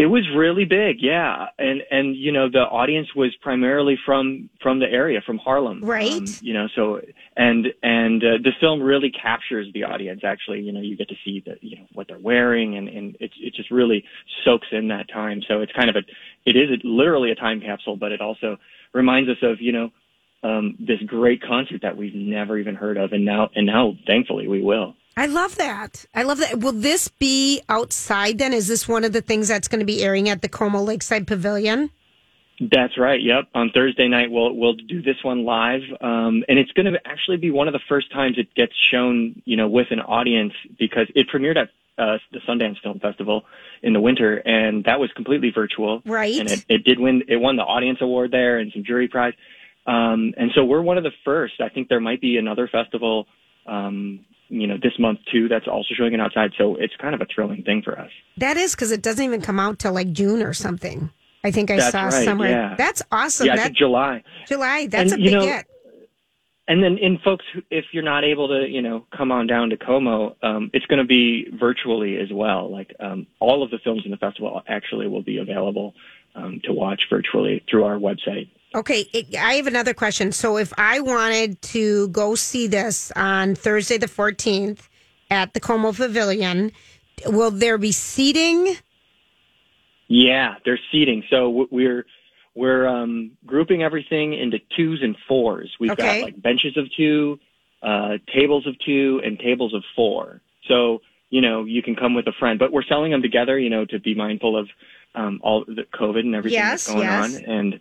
[SPEAKER 10] It was really big, yeah, and and you know the audience was primarily from from the area, from Harlem,
[SPEAKER 2] Right.
[SPEAKER 10] you know, so and and uh, the film really captures the audience. Actually, you know, you get to see the you know what they're wearing, and and it it just really soaks in that time. So it's kind of a it is a, literally a time capsule, but it also reminds us of you know um, this great concert that we've never even heard of, and now and now thankfully we will.
[SPEAKER 2] I love that. I love that. Will this be outside? Then is this one of the things that's going to be airing at the Como Lakeside Pavilion?
[SPEAKER 10] That's right. Yep. On Thursday night, we'll we'll do this one live, um, and it's going to actually be one of the first times it gets shown, you know, with an audience because it premiered at uh, the Sundance Film Festival in the winter, and that was completely virtual.
[SPEAKER 2] Right.
[SPEAKER 10] And it, it did win. It won the audience award there and some jury prize. Um, and so we're one of the first. I think there might be another festival, um, you know, this month too. That's also showing it outside. So it's kind of a thrilling thing for us.
[SPEAKER 2] That is because it doesn't even come out till like June or something. I think I
[SPEAKER 10] That's
[SPEAKER 2] saw
[SPEAKER 10] right,
[SPEAKER 2] somewhere.
[SPEAKER 10] yeah.
[SPEAKER 2] That's awesome.
[SPEAKER 10] yeah, I
[SPEAKER 2] That-
[SPEAKER 10] think July.
[SPEAKER 2] July. That's
[SPEAKER 10] And,
[SPEAKER 2] a
[SPEAKER 10] you
[SPEAKER 2] big
[SPEAKER 10] know,
[SPEAKER 2] hit.
[SPEAKER 10] And then, in folks, who- if you're not able to, you know, come on down to Como, um, it's going to be virtually as well. Like um, all of the films in the festival actually will be available um, to watch virtually through our website.
[SPEAKER 2] Okay, it, I have another question. So if I wanted to go see this on Thursday the 14th at the Como Pavilion, will there be seating?
[SPEAKER 10] Yeah, there's seating. So w- we're we're um, grouping everything into twos and fours. We've
[SPEAKER 2] Okay.
[SPEAKER 10] got like benches of two, uh, tables of two, and tables of four. So you know you can come with a friend, but we're selling them together. You know to be mindful of um, all the COVID and everything
[SPEAKER 2] Yes,
[SPEAKER 10] that's going
[SPEAKER 2] yes.
[SPEAKER 10] on, and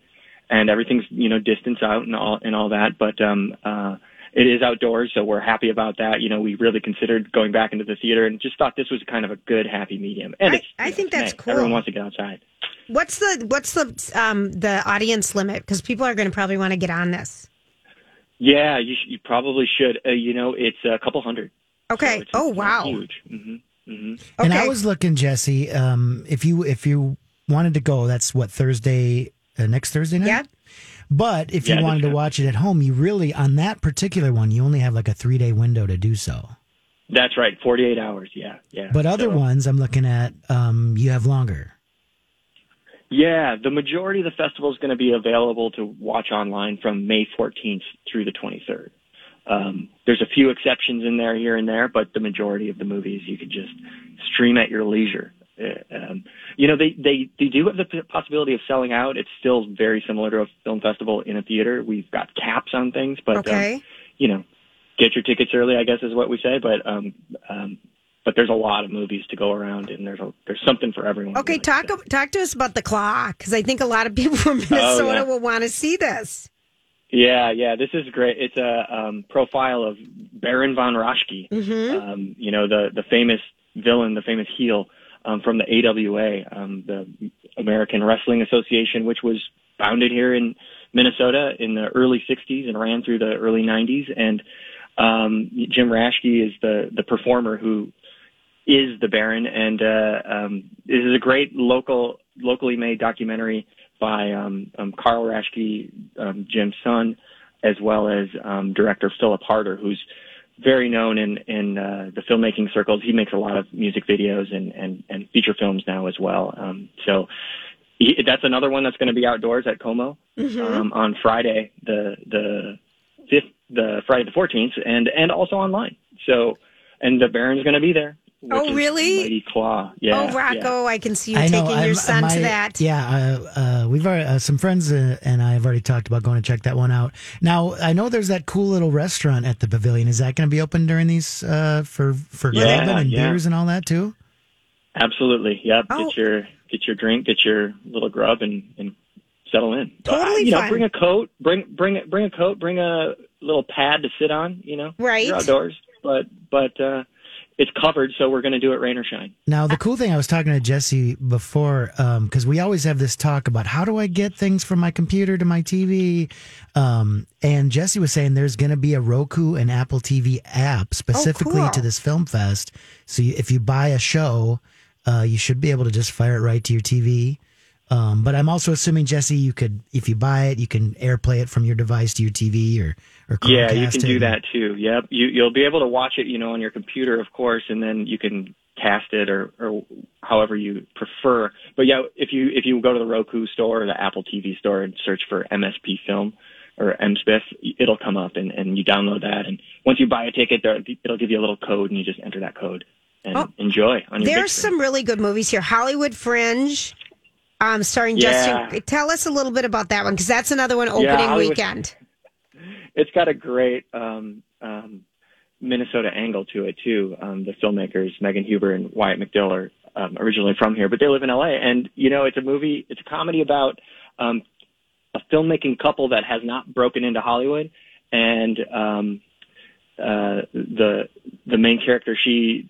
[SPEAKER 10] and everything's you know distance out and all and all that. But um, uh, it is outdoors, so we're happy about that. You know we really considered going back into the theater and just thought this was kind of a good happy medium. And
[SPEAKER 2] I,
[SPEAKER 10] it's,
[SPEAKER 2] I think that's
[SPEAKER 10] May.
[SPEAKER 2] cool.
[SPEAKER 10] Everyone wants to get outside.
[SPEAKER 2] what's the what's the um, the audience limit? Because people are going to probably want to get on this.
[SPEAKER 10] Yeah, you, sh- you probably should. Uh, you know, it's a couple hundred.
[SPEAKER 2] Okay. oh wow.
[SPEAKER 10] Huge. Mm-hmm. Mm-hmm.
[SPEAKER 1] And I was looking, Jesse. Um, if you if you wanted to go, that's what Thursday uh, next Thursday night.
[SPEAKER 2] Yeah.
[SPEAKER 1] But if
[SPEAKER 10] Yeah,
[SPEAKER 1] you
[SPEAKER 10] it
[SPEAKER 1] wanted
[SPEAKER 10] just
[SPEAKER 1] to watch it at home, you really on that particular one, you only have like a three day window to do so.
[SPEAKER 10] That's right. Forty-eight hours. Yeah, yeah.
[SPEAKER 1] But other
[SPEAKER 10] So-
[SPEAKER 1] ones, I'm looking at, um, you have longer.
[SPEAKER 10] Yeah, the majority of the festival is going to be available to watch online from May 14th through the 23rd. Um, there's a few exceptions in there here and there, but the majority of the movies you can just stream at your leisure. Uh, Um, you know, they, they, they do have the p- possibility of selling out. It's still very similar to a film festival in a theater. We've got caps on things, but, um,
[SPEAKER 2] Okay.
[SPEAKER 10] you know, get your tickets early, I guess is what we say. But, um, um, but there's a lot of movies to go around and there's a, there's something for everyone.
[SPEAKER 2] Okay, talk
[SPEAKER 10] Oh,
[SPEAKER 2] ab- talk to us about the claw because I think a lot of people from Minnesota will want to see this.
[SPEAKER 10] Yeah, uh, yeah, this is great. It's a um, profile of Baron von Raschke,
[SPEAKER 2] Mm-hmm.
[SPEAKER 10] um, you know, the the famous villain, the famous heel um, from the AWA, um, the American Wrestling Association, which was founded here in Minnesota in the early '60s and ran through the early '90s. And um, Jim Raschke is the the performer who is the Baron, and uh, um, this is a great local, locally made documentary by um, um, Carl Raschke, um, Jim's son, as well as um, director Philip Harder, who's very known in in uh, the filmmaking circles. He makes a lot of music videos and and, and feature films now as well. Um, so he, that's another one that's going to be outdoors at Como
[SPEAKER 2] Mm-hmm.
[SPEAKER 11] Mhm.
[SPEAKER 10] um, on Friday, the the fifth, the Friday the fourteenth, and and also online. So and the Baron's going to be there. which
[SPEAKER 2] Oh,
[SPEAKER 10] is
[SPEAKER 2] really?
[SPEAKER 10] Lady Claw. Yeah.
[SPEAKER 2] oh, Rocco, I can see you taking your
[SPEAKER 1] I'm-
[SPEAKER 2] son
[SPEAKER 1] my-
[SPEAKER 2] to that.
[SPEAKER 1] Yeah, uh, uh, we've already, uh, some friends uh, and I have already talked about going to check that one out. Now I know there's that cool little restaurant at the pavilion. Is that going to be open during these uh, for for
[SPEAKER 10] Yeah,
[SPEAKER 1] clubbing and
[SPEAKER 10] yeah.
[SPEAKER 1] beers and all that too?
[SPEAKER 10] Yeah. Absolutely. Yep.
[SPEAKER 1] Oh.
[SPEAKER 10] Get your get your drink, get your little grub, and and settle in. But,
[SPEAKER 2] Totally
[SPEAKER 10] you
[SPEAKER 2] fun.
[SPEAKER 10] know, bring a coat. Bring bring bring a coat. Bring a little pad to sit on. You know,
[SPEAKER 2] Right.
[SPEAKER 10] You're outdoors, but but uh, it's covered, so we're going to do it rain or shine.
[SPEAKER 1] Now, the cool thing I was talking to Jesse before, because we always have this talk about how do I get things from my computer to my TV, um, and Jesse was saying there's going to be a Roku and Apple TV app specifically
[SPEAKER 2] cool.
[SPEAKER 1] to this film fest. So you, if you buy a show, uh, you should be able to just fire it right to your TV. Um, but I'm also assuming Jesse, you could if you buy it, you can AirPlay it from your device to your TV or or Chromecast
[SPEAKER 10] Yeah, you can
[SPEAKER 1] it.
[SPEAKER 10] do that too. Yep, you you'll be able to watch it, you know, on your computer, of course, and then you can cast it or or however you prefer. But yeah, if you if you go to the Roku store or the Apple TV store and search for MSP Film or MSPIF, it'll come up, and and you download that. And once you buy a ticket, there it'll give you a little code, and you just enter that code and
[SPEAKER 2] Oh.
[SPEAKER 10] enjoy on your. big
[SPEAKER 2] There's
[SPEAKER 10] screen.
[SPEAKER 2] some really good movies here. Hollywood Fringe, um, starring
[SPEAKER 10] Yeah.
[SPEAKER 2] Justin. Tell us a little bit about that one because that's another one
[SPEAKER 10] Yeah,
[SPEAKER 2] opening
[SPEAKER 10] Hollywood-
[SPEAKER 2] weekend.
[SPEAKER 10] it's got a great um, um, Minnesota angle to it too. Um, the filmmakers Megan Huber and Wyatt McDill are um, originally from here, but they live in LA. And you know, it's a movie, it's a comedy about um, a filmmaking couple that has not broken into Hollywood, and um, uh, the the main character she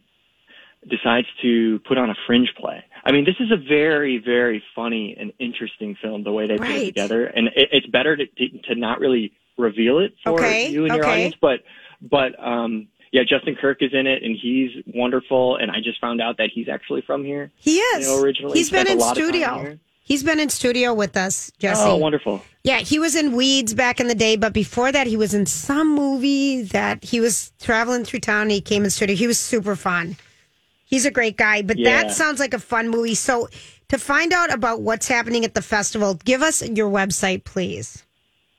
[SPEAKER 10] decides to put on a fringe play. I mean, this is a very, very funny and interesting film. The way they put
[SPEAKER 2] Right.
[SPEAKER 10] it together, and it, it's better to, to to not really reveal it for
[SPEAKER 2] Okay,
[SPEAKER 10] you and your
[SPEAKER 2] okay.
[SPEAKER 10] audience, but but um, yeah, Justin Kirk is in it, and he's wonderful. And I just found out that he's actually from here.
[SPEAKER 2] He is.
[SPEAKER 10] You know, originally
[SPEAKER 2] He's been
[SPEAKER 10] spent a
[SPEAKER 2] in
[SPEAKER 10] lot of time
[SPEAKER 2] studio.
[SPEAKER 10] here.
[SPEAKER 2] He's been in studio with us, Jesse.
[SPEAKER 10] Oh, wonderful.
[SPEAKER 2] Yeah, he was in Weeds back in the day, but before that, he was in some movie that he was traveling through town. And he came in studio. He was super fun. He's a great guy, but
[SPEAKER 12] Yeah.
[SPEAKER 2] that sounds like a fun movie. So, to find out about what's happening at the festival, give us your website, please.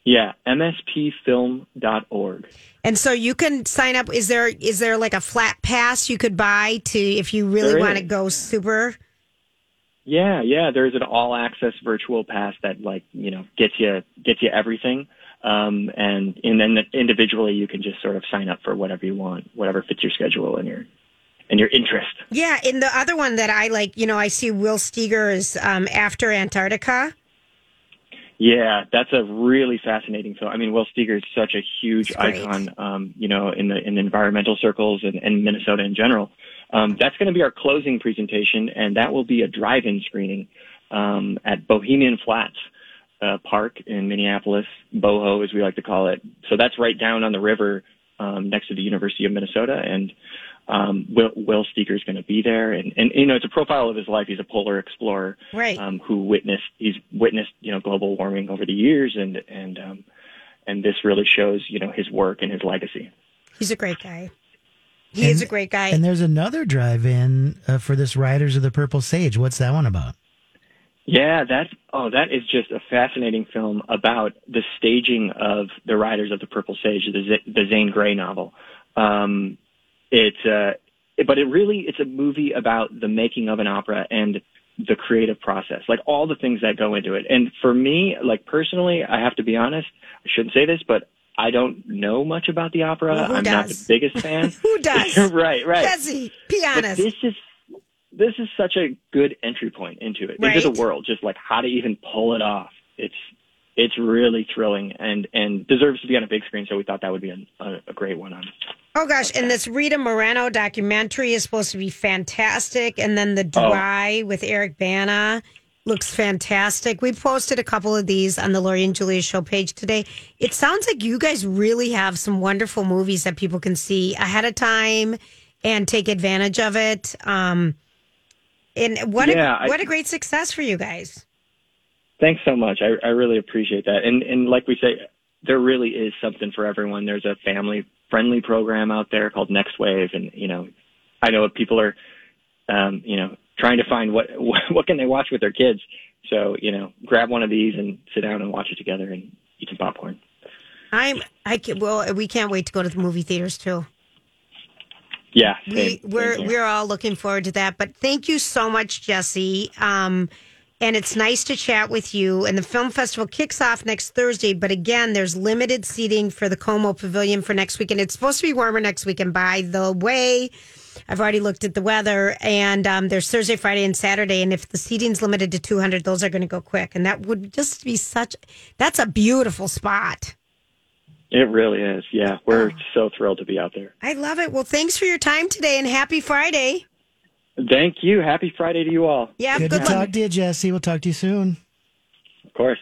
[SPEAKER 10] Yeah, mspfilm.org.
[SPEAKER 2] And so you can sign up. Is there is there like a flat pass you could buy to if you really
[SPEAKER 10] There
[SPEAKER 2] want to
[SPEAKER 10] is.
[SPEAKER 2] go super?
[SPEAKER 10] Yeah, yeah. There's an all access virtual pass that like, you know, gets you gets you everything. Um and and then individually you can just sort of sign up for whatever you want, whatever fits your schedule and your and your interest.
[SPEAKER 2] Yeah, and the other one that I like, you know, I see Will Steger is um, after Antarctica.
[SPEAKER 10] Yeah, that's a really fascinating film. I mean, Will Steger is such a huge
[SPEAKER 2] It's great.
[SPEAKER 10] icon, um, you know, in the in the environmental circles and, and Minnesota in general. Um, that's going to be our closing presentation, and that will be a drive-in screening um, at Bohemian Flats uh, Park in Minneapolis, boho as we like to call it. So that's right down on the river, um, next to the University of Minnesota, and um, Will, Will Steger is going to be there, and, and you know, it's a profile of his life. He's a polar explorer,
[SPEAKER 2] Right.
[SPEAKER 10] um, who witnessed he's witnessed you know global warming over the years, and and um, and this really shows you know his work and his legacy.
[SPEAKER 2] He's a great guy. He is a great guy.
[SPEAKER 1] And there's another drive-in uh, for this Riders of the Purple Sage. What's that one about?
[SPEAKER 10] Yeah, that's oh, that is just a fascinating film about the staging of the Riders of the Purple Sage, the, Z- the Zane Grey novel. Um, it's uh, but it really it's a movie about the making of an opera and the creative process, like all the things that go into it. And for me, like personally, I have to be honest. I shouldn't say this, but I don't know much about the opera.
[SPEAKER 2] Well, who
[SPEAKER 10] I'm not the
[SPEAKER 2] does? [LAUGHS]
[SPEAKER 10] biggest fan.
[SPEAKER 2] Who does?
[SPEAKER 10] right, [LAUGHS] right.
[SPEAKER 2] Jesse, be
[SPEAKER 10] But
[SPEAKER 2] honest.
[SPEAKER 10] this is this is such a good entry point into it, into the
[SPEAKER 2] Right.
[SPEAKER 10] world. Just like how to even pull it off. It's it's really thrilling and and deserves to be on a big screen. So we thought that would be a, a, a great one on.
[SPEAKER 2] Oh gosh, and this Rita Moreno documentary is supposed to be fantastic, and then the
[SPEAKER 10] Oh.
[SPEAKER 2] Dry with Eric Bana looks fantastic. We posted a couple of these on the Lori and Julia show page today. It sounds like you guys really have some wonderful movies that people can see ahead of time and take advantage of it. Um, and what
[SPEAKER 10] Yeah,
[SPEAKER 2] a,
[SPEAKER 10] I-
[SPEAKER 2] what a great success for you guys.
[SPEAKER 10] Thanks so much. I, I really appreciate that. And and like we say, there really is something for everyone. There's a family friendly program out there called Next Wave, and you know, I know people are, um, you know, trying to find what [LAUGHS] what can they watch with their kids. So you know, grab one of these and sit down and watch it together and eat some popcorn.
[SPEAKER 2] I'm I can, well, we can't wait to go to the movie theaters too.
[SPEAKER 10] Yeah,
[SPEAKER 2] we,
[SPEAKER 10] same- same
[SPEAKER 2] we're
[SPEAKER 10] here.
[SPEAKER 2] we're all looking forward to that. But thank you so much, Jesse. Um, and it's nice to chat with you. And the film festival kicks off next Thursday. But again, there's limited seating for the Como Pavilion for next weekend. It's supposed to be warmer next weekend. By the way, I've already looked at the weather, and um, there's Thursday, Friday, and Saturday. And if the seating's limited to 200, those are going to go quick. And that would just be such. That's a beautiful spot.
[SPEAKER 10] It really is. Yeah, we're so thrilled to be out there.
[SPEAKER 2] I love it. Well, thanks for your time today, and happy Friday.
[SPEAKER 10] Thank you. Happy Friday to you all.
[SPEAKER 2] Yeah,
[SPEAKER 1] Good,
[SPEAKER 2] good
[SPEAKER 1] to
[SPEAKER 2] luck.
[SPEAKER 1] talk to you, Jesse. We'll talk to you soon.
[SPEAKER 10] Of course.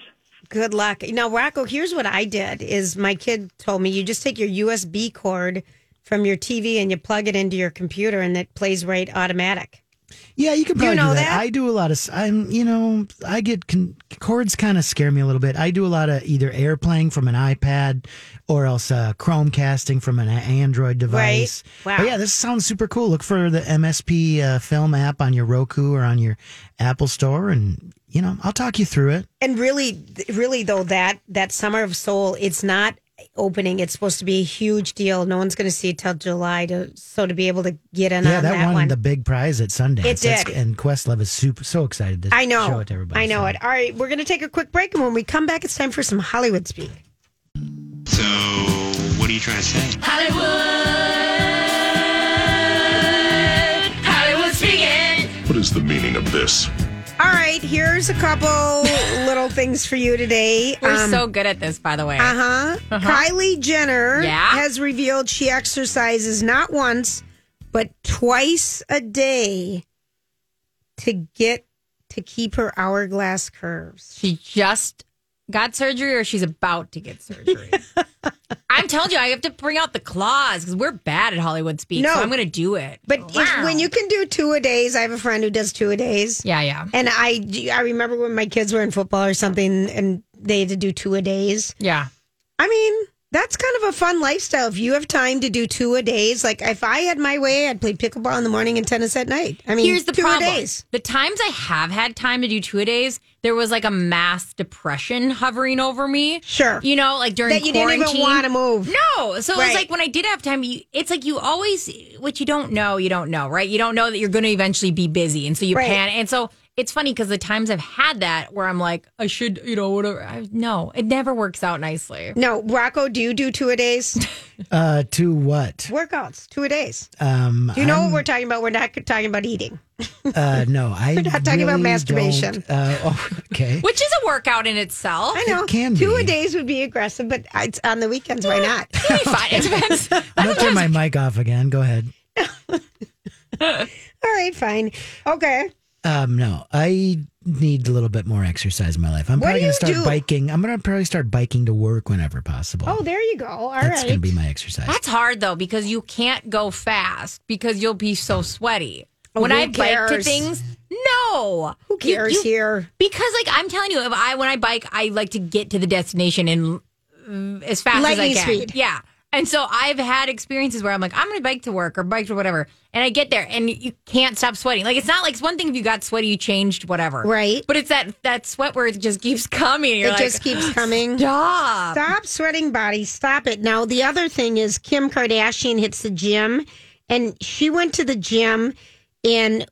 [SPEAKER 2] Good luck. Now, Rocco, here's what I did is my kid told me you just take your USB cord from your TV and you plug it into your computer and it plays right automatic.
[SPEAKER 1] Yeah, you can
[SPEAKER 2] You
[SPEAKER 1] probably
[SPEAKER 2] know
[SPEAKER 1] do that.
[SPEAKER 2] that?
[SPEAKER 1] I do a lot of, s- I'm, you know, I get con- chords kind of scare me a little bit. I do a lot of either AirPlaying from an iPad or else uh, Chromecasting from an Android device.
[SPEAKER 2] Wow.
[SPEAKER 1] But yeah, this sounds super cool. Look for the MSP uh, film app on your Roku or on your Apple Store, and you know, I'll talk you through it.
[SPEAKER 2] And really really though that that Summer of Soul, it's not opening. It's supposed to be a huge deal. No one's going to see it till July to so to be able to get in
[SPEAKER 1] yeah,
[SPEAKER 2] on
[SPEAKER 1] that,
[SPEAKER 2] that,
[SPEAKER 1] won
[SPEAKER 2] one.
[SPEAKER 1] the big prize at Sundance.
[SPEAKER 2] It
[SPEAKER 1] That's-
[SPEAKER 2] did.
[SPEAKER 1] and Questlove is super so excited to
[SPEAKER 2] I know.
[SPEAKER 1] show it to everybody.
[SPEAKER 2] I know
[SPEAKER 1] so.
[SPEAKER 2] it. All right, we're going to take a quick break and when we come back it's time for some Hollywood speak.
[SPEAKER 11] So, what are you trying to say?
[SPEAKER 12] Hollywood. Hollywood speaking.
[SPEAKER 13] What is the meaning of this?
[SPEAKER 2] All right, here's a
[SPEAKER 3] [LAUGHS]
[SPEAKER 2] couple little things for you today. Um,
[SPEAKER 3] We're so good at this, by the way.
[SPEAKER 2] Uh-huh. Kylie Jenner
[SPEAKER 3] Yeah?
[SPEAKER 2] has revealed she exercises not once, but twice a day to get to keep her hourglass curves.
[SPEAKER 3] She just got surgery or she's about to get
[SPEAKER 2] [LAUGHS]
[SPEAKER 3] surgery. I'm telling you, I have to bring out the claws because we're bad at Hollywood speak.
[SPEAKER 2] No.
[SPEAKER 3] so I'm going to do it.
[SPEAKER 2] But if, when you can do two a days, I have a friend who does two a days.
[SPEAKER 3] Yeah, yeah.
[SPEAKER 2] And I I remember when my kids were in football or something and they had to do two a days.
[SPEAKER 3] Yeah.
[SPEAKER 2] I mean, that's kind of a fun lifestyle. If you have time to do two a days, like if I had my way, I'd play pickleball in the morning and tennis at night. I mean,
[SPEAKER 3] here's the
[SPEAKER 2] two
[SPEAKER 3] problem:
[SPEAKER 2] A days.
[SPEAKER 3] the times I have had time to do two a days, there was like a mass depression hovering over me.
[SPEAKER 2] Sure,
[SPEAKER 3] you know, like during
[SPEAKER 2] That you didn't even
[SPEAKER 3] quarantine.
[SPEAKER 2] wanna move.
[SPEAKER 3] No, so it
[SPEAKER 2] Right.
[SPEAKER 3] was like when I did have time. You, it's like you always what you don't know, you don't know, right? You don't know that you're going to eventually be busy, and so you
[SPEAKER 2] Right.
[SPEAKER 3] pan. And so it's funny because the times I've had that where I'm like, I should, you know, whatever. I, no, it never works out nicely.
[SPEAKER 2] No, Rocco, do you do two a
[SPEAKER 3] [LAUGHS]
[SPEAKER 2] days?
[SPEAKER 1] Uh, to what?
[SPEAKER 2] Workouts, two a days.
[SPEAKER 1] Um,
[SPEAKER 2] Do you know
[SPEAKER 1] I'm-
[SPEAKER 2] what we're talking about? We're not talking about eating.
[SPEAKER 1] Uh, no, I.
[SPEAKER 2] We're not talking about
[SPEAKER 1] really
[SPEAKER 2] masturbation.
[SPEAKER 1] don't- Uh, oh,
[SPEAKER 2] [LAUGHS]
[SPEAKER 1] okay.
[SPEAKER 3] Which is a workout in itself.
[SPEAKER 2] I know.
[SPEAKER 1] can be.
[SPEAKER 2] two a days would be aggressive, but it's on the weekends. Why not? [LAUGHS]
[SPEAKER 3] It depends.
[SPEAKER 1] I'm gonna turn my mic off again. Go ahead.
[SPEAKER 2] All right, fine. Okay.
[SPEAKER 1] Um, no, I need a little bit more exercise in my life. I'm
[SPEAKER 2] What
[SPEAKER 1] probably
[SPEAKER 2] do
[SPEAKER 1] gonna start
[SPEAKER 2] you do?
[SPEAKER 1] biking. I'm gonna probably start biking to work whenever possible.
[SPEAKER 2] Oh, there you go. All right.
[SPEAKER 1] That's gonna be my exercise.
[SPEAKER 3] That's hard though because you can't go fast because you'll be so sweaty.
[SPEAKER 2] Oh,
[SPEAKER 3] when
[SPEAKER 2] who
[SPEAKER 3] I bike to
[SPEAKER 2] cares?
[SPEAKER 3] things, no.
[SPEAKER 2] Who cares here?
[SPEAKER 3] Because like I'm telling you, if I when I bike, I like to get to the destination in mm, as fast
[SPEAKER 2] Lightning
[SPEAKER 3] as I can.
[SPEAKER 2] speed.
[SPEAKER 3] Yeah. And so I've had experiences where I'm like, I'm going to bike to work or bike to whatever. And I get there and you can't stop sweating. Like, it's not like it's one thing if you got sweaty, you changed, whatever.
[SPEAKER 2] Right.
[SPEAKER 3] But it's that, that sweat where it just keeps [LAUGHS] coming. and
[SPEAKER 2] it
[SPEAKER 3] you're like,
[SPEAKER 2] just keeps coming.
[SPEAKER 3] Stop.
[SPEAKER 2] Stop sweating, body. Stop it. Now, the other thing is Kim Kardashian hits the gym, and she went to the gym, and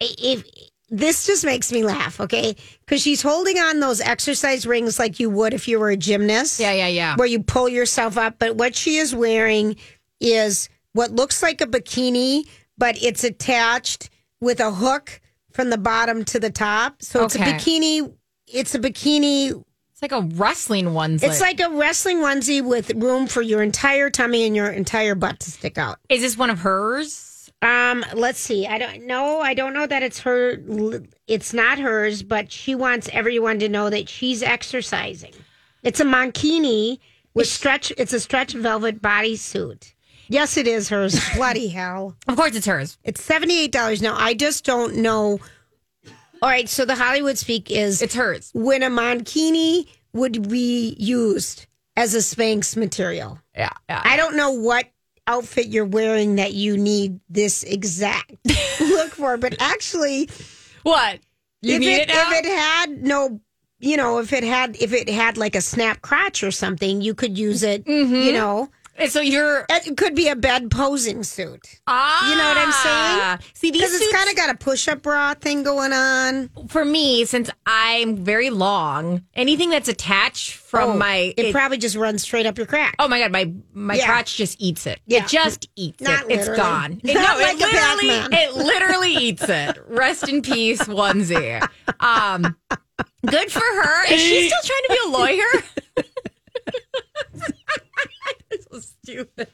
[SPEAKER 2] if this just makes me laugh, okay? Because she's holding on those exercise rings like you would if you were a gymnast.
[SPEAKER 3] Yeah, yeah, yeah.
[SPEAKER 2] Where you pull yourself up, but what she is wearing is what looks like a bikini, but it's attached with a hook from the bottom to the top. So it's a
[SPEAKER 3] Okay.
[SPEAKER 2] bikini. It's a bikini
[SPEAKER 3] It's like a wrestling onesie.
[SPEAKER 2] It's like a wrestling onesie with room for your entire tummy and your entire butt to stick out.
[SPEAKER 3] Is this one of hers?
[SPEAKER 2] Um, let's see. I don't know. I don't know that it's her. It's not hers, but she wants everyone to know that she's exercising. It's a mankini with stretch. It's a stretch velvet bodysuit. Yes, it is [LAUGHS] hers. Bloody hell!
[SPEAKER 3] Of course, it's hers.
[SPEAKER 2] It's seventy eight dollars now. I just don't know. All right, so the Hollywood speak is
[SPEAKER 3] It's hers.
[SPEAKER 2] when a mankini would be used as a Spanx material.
[SPEAKER 3] Yeah, yeah.
[SPEAKER 2] I don't know what outfit you're wearing that you need this exact
[SPEAKER 3] [LAUGHS]
[SPEAKER 2] look for, but actually,
[SPEAKER 3] What? You
[SPEAKER 2] if
[SPEAKER 3] need
[SPEAKER 2] it,
[SPEAKER 3] it, now?
[SPEAKER 2] if it had no, you know, if it had if it had like a snap crotch or something, you could use it.
[SPEAKER 3] Mm-hmm.
[SPEAKER 2] You know,
[SPEAKER 3] And so you're
[SPEAKER 2] it could be a bed posing suit.
[SPEAKER 3] ah,
[SPEAKER 2] You know what I'm saying?
[SPEAKER 3] See, these
[SPEAKER 2] Because it's
[SPEAKER 3] suits
[SPEAKER 2] kind of got a push-up bra thing going on.
[SPEAKER 3] for me since I'm very long. Anything that's attached from
[SPEAKER 2] Oh,
[SPEAKER 3] my
[SPEAKER 2] it,
[SPEAKER 3] it-
[SPEAKER 2] probably just runs straight up your crack.
[SPEAKER 3] oh my god, my my
[SPEAKER 2] Yeah.
[SPEAKER 3] crotch just eats it.
[SPEAKER 2] Yeah.
[SPEAKER 3] It just eats
[SPEAKER 2] Not
[SPEAKER 3] it. It's
[SPEAKER 2] literally. [LAUGHS]
[SPEAKER 3] gone. It,
[SPEAKER 2] Not
[SPEAKER 3] no,
[SPEAKER 2] like a
[SPEAKER 3] it literally
[SPEAKER 2] Pac-Man.
[SPEAKER 3] it literally eats it. Rest
[SPEAKER 2] [LAUGHS]
[SPEAKER 3] in peace, onesie. Um, good for her. Is she still trying to be a lawyer?
[SPEAKER 2] [LAUGHS]
[SPEAKER 3] [LAUGHS] so stupid.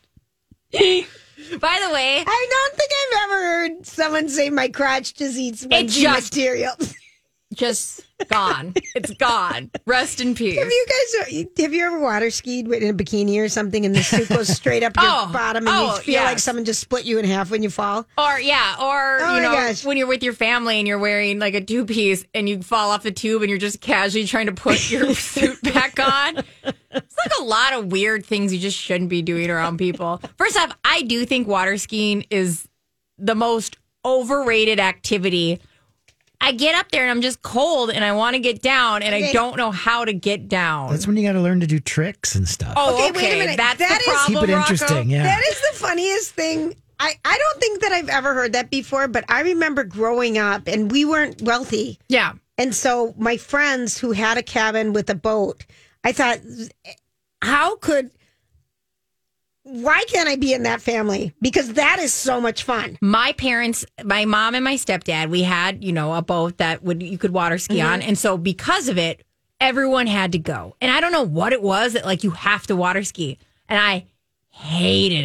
[SPEAKER 3] By the way,
[SPEAKER 2] I don't think I've ever heard someone say my crotch just eats my
[SPEAKER 3] just-
[SPEAKER 2] material. [LAUGHS]
[SPEAKER 3] just gone. It's gone. Rest in peace.
[SPEAKER 2] Have you guys have you ever water skied in a bikini or something and the suit goes straight up your
[SPEAKER 3] [LAUGHS] Oh,
[SPEAKER 2] bottom and
[SPEAKER 3] oh,
[SPEAKER 2] you feel like
[SPEAKER 3] yes.
[SPEAKER 2] someone just split you in half when you fall?
[SPEAKER 3] Or yeah, or
[SPEAKER 2] Oh
[SPEAKER 3] you
[SPEAKER 2] my
[SPEAKER 3] know,
[SPEAKER 2] gosh.
[SPEAKER 3] when you're with your family and you're wearing like a two piece and you fall off the tube and you're just casually trying to put
[SPEAKER 2] [LAUGHS]
[SPEAKER 3] your suit back on. It's like a lot of weird things you just shouldn't be doing around people. First off, I do think water skiing is the most overrated activity. I get up there and I'm just cold and I want to get down and I don't know how to get down.
[SPEAKER 1] That's when you got to learn to do tricks and stuff.
[SPEAKER 3] oh, okay.
[SPEAKER 2] Okay, wait a minute.
[SPEAKER 3] That's
[SPEAKER 2] That
[SPEAKER 3] the
[SPEAKER 2] is-
[SPEAKER 3] problem,
[SPEAKER 1] Keep it
[SPEAKER 3] Rocco.
[SPEAKER 1] interesting, yeah.
[SPEAKER 2] That is the funniest thing. I, I don't think that I've ever heard that before, but I remember growing up and we weren't wealthy.
[SPEAKER 3] Yeah.
[SPEAKER 2] And so my friends who had a cabin with a boat, I thought, how could, why can't I be in that family? Because that is so much fun.
[SPEAKER 3] my parents, my mom and my stepdad, we had, you know, a boat that would you could water ski
[SPEAKER 2] Mm-hmm.
[SPEAKER 3] on. And so because of it, everyone had to go. And I don't know what it was that like you have to water ski. And I hated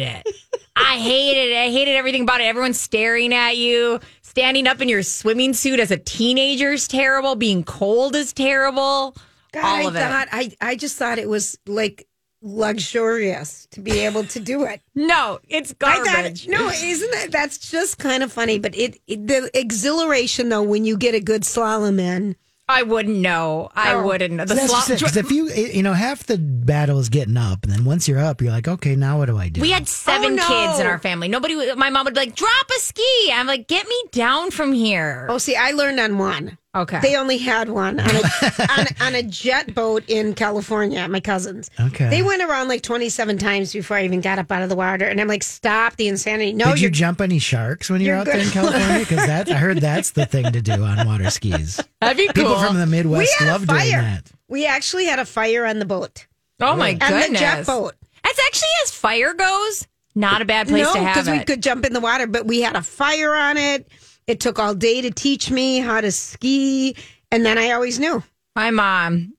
[SPEAKER 2] [LAUGHS]
[SPEAKER 3] it. I hated it. I hated everything about it. Everyone's staring at you. Standing up in your swimming suit as a teenager is terrible. Being cold is terrible.
[SPEAKER 2] God,
[SPEAKER 3] All
[SPEAKER 2] I
[SPEAKER 3] of it.
[SPEAKER 2] thought I, I just thought it was like luxurious to be able to do [LAUGHS] it.
[SPEAKER 3] No, it's
[SPEAKER 2] I
[SPEAKER 3] garbage.
[SPEAKER 2] thought no, isn't that that's just kind of funny, but it, it the exhilaration though when you get a good slalom in.
[SPEAKER 3] I, wouldn't know. I
[SPEAKER 2] Oh.
[SPEAKER 3] wouldn't. know. The
[SPEAKER 1] That's
[SPEAKER 3] slop-
[SPEAKER 1] just it, 'cause if you, eh, you know, half the battle is getting up, and then once you're up, you're like, okay, now what do I do?
[SPEAKER 3] We had seven
[SPEAKER 2] Oh, no.
[SPEAKER 3] kids in our family. Nobody. would- My mom would be like, "Drop a ski." I'm like, "Get me down from here."
[SPEAKER 2] Oh, see, I learned on one.
[SPEAKER 3] Okay.
[SPEAKER 2] They only had one on [LAUGHS] a, on, on a jet boat in California. My cousins.
[SPEAKER 1] Okay.
[SPEAKER 2] They went around like twenty seven times before I even got up out of the water, and I'm like, stop the insanity! No,
[SPEAKER 1] Did you
[SPEAKER 2] you're
[SPEAKER 1] jump any sharks when you were
[SPEAKER 2] you're
[SPEAKER 1] out there in
[SPEAKER 2] good.
[SPEAKER 1] California? Because that I heard that's the thing to do on water skis.
[SPEAKER 3] That'd be
[SPEAKER 1] People from the
[SPEAKER 2] we
[SPEAKER 1] Midwest
[SPEAKER 2] had
[SPEAKER 1] love
[SPEAKER 2] a
[SPEAKER 1] doing
[SPEAKER 2] fire.
[SPEAKER 1] that.
[SPEAKER 2] We actually had a fire on the boat.
[SPEAKER 3] oh my
[SPEAKER 2] And
[SPEAKER 3] goodness!
[SPEAKER 2] the jet boat.
[SPEAKER 3] That's actually as fire goes, not a bad place
[SPEAKER 2] no,
[SPEAKER 3] to have
[SPEAKER 2] because
[SPEAKER 3] it.
[SPEAKER 2] we could jump in the water, but we had a fire on it. It took all day to teach me how to ski, and then I always knew.
[SPEAKER 3] my mom.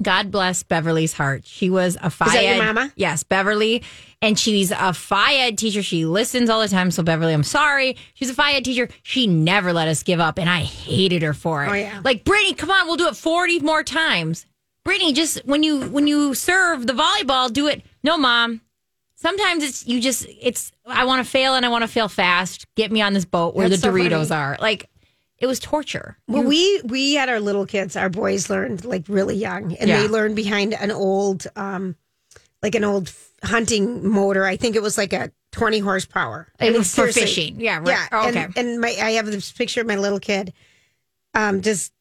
[SPEAKER 3] God bless Beverly's heart. She was a FIAD.
[SPEAKER 2] that your mama?
[SPEAKER 3] Yes, Beverly. And she's a FIAD teacher. She listens all the time. So, Beverly, I'm sorry. She's a FIAD teacher. She never let us give up. And I hated her for it.
[SPEAKER 2] Oh, yeah.
[SPEAKER 3] Like, Brittany, come on. We'll do it 40 more times. Brittany, just when you when you serve the volleyball, do it. No, mom. Sometimes it's you just it's I want to fail and I want to fail fast. Get me on this boat where
[SPEAKER 2] That's
[SPEAKER 3] the
[SPEAKER 2] so funny.
[SPEAKER 3] Doritos are. Like it was torture.
[SPEAKER 2] Well, we we had our little kids. Our boys learned like really young, and
[SPEAKER 3] Yeah.
[SPEAKER 2] they learned behind an old, um, like an old hunting motor. I think it was like a twenty horsepower. I
[SPEAKER 3] It
[SPEAKER 2] mean,
[SPEAKER 3] was for
[SPEAKER 2] seriously.
[SPEAKER 3] fishing. Yeah, right.
[SPEAKER 2] Yeah.
[SPEAKER 3] Oh,
[SPEAKER 2] and,
[SPEAKER 3] okay.
[SPEAKER 2] And my I have this picture of my little kid, um, just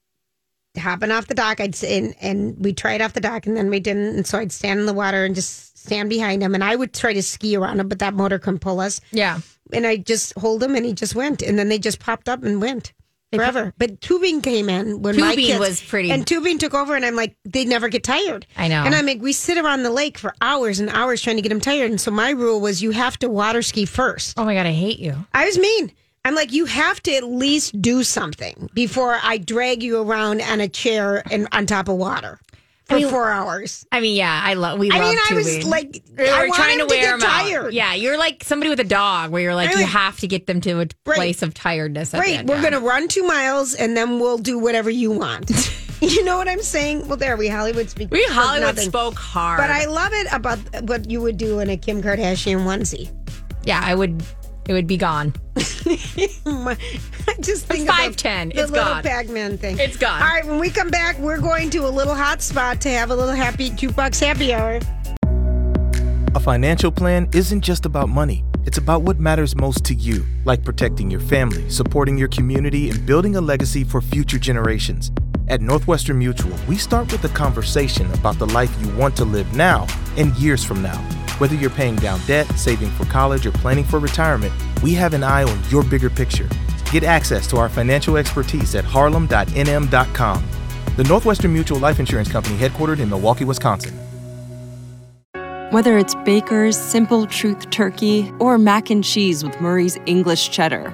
[SPEAKER 2] hopping off the dock. I'd s- and and we tried off the dock, and then we didn't. And so I'd stand in the water and just stand behind him, and I would try to ski around him, but that motor couldn't pull us
[SPEAKER 3] Yeah.
[SPEAKER 2] and I just hold him, and he just went, and then they just popped up and went forever. But tubing came in when my
[SPEAKER 3] Tubing
[SPEAKER 2] kids
[SPEAKER 3] was pretty-
[SPEAKER 2] and tubing took over, and I'm like, they never get tired.
[SPEAKER 3] I know.
[SPEAKER 2] and I'm like, we sit around the lake for hours and hours trying to get them tired, and so my rule was you have to water ski first.
[SPEAKER 3] Oh my god, I hate you.
[SPEAKER 2] I was mean. I'm like, you have to at least do something before I drag you around on a chair and on top of water. for four hours.
[SPEAKER 3] I mean, yeah, I love. We.
[SPEAKER 2] I
[SPEAKER 3] love
[SPEAKER 2] mean, I was,
[SPEAKER 3] tubing.
[SPEAKER 2] like,
[SPEAKER 3] we
[SPEAKER 2] I
[SPEAKER 3] were
[SPEAKER 2] want
[SPEAKER 3] trying to
[SPEAKER 2] him to
[SPEAKER 3] wear
[SPEAKER 2] get
[SPEAKER 3] 'em out.
[SPEAKER 2] tired.
[SPEAKER 3] Yeah, you're like somebody with a dog, where you're like,
[SPEAKER 2] I
[SPEAKER 3] you
[SPEAKER 2] like-
[SPEAKER 3] have to get them to a place of tiredness. at the
[SPEAKER 2] Great.
[SPEAKER 3] end,
[SPEAKER 2] We're
[SPEAKER 3] yeah.
[SPEAKER 2] going to run two miles and then we'll do whatever you
[SPEAKER 3] [LAUGHS]
[SPEAKER 2] want. you know what I'm saying? Well, there we Hollywood speak.
[SPEAKER 3] We
[SPEAKER 2] spoke
[SPEAKER 3] Hollywood
[SPEAKER 2] nothing.
[SPEAKER 3] spoke hard,
[SPEAKER 2] But I love it about what you would do in a Kim Kardashian onesie.
[SPEAKER 3] yeah, I would. It would be gone.
[SPEAKER 2] [LAUGHS] I just think
[SPEAKER 3] Five
[SPEAKER 2] about
[SPEAKER 3] ten.
[SPEAKER 2] the
[SPEAKER 3] It's
[SPEAKER 2] little
[SPEAKER 3] gone.
[SPEAKER 2] Pac-Man thing.
[SPEAKER 3] It's gone.
[SPEAKER 2] All right, when we come back, we're going to a little hot spot to have a little happy jukebox happy hour.
[SPEAKER 10] A financial plan isn't just about money, it's about what matters most to you, like protecting your family, supporting your community, and building a legacy for future generations. At Northwestern Mutual, we start with a conversation about the life you want to live now and years from now. Whether you're paying down debt, saving for college, or planning for retirement, we have an eye on your bigger picture. Get access to our financial expertise at harlem.nm.com. The Northwestern Mutual Life Insurance Company, headquartered in Milwaukee, Wisconsin.
[SPEAKER 14] Whether it's Baker's Simple Truth Turkey or mac and cheese with Murray's English Cheddar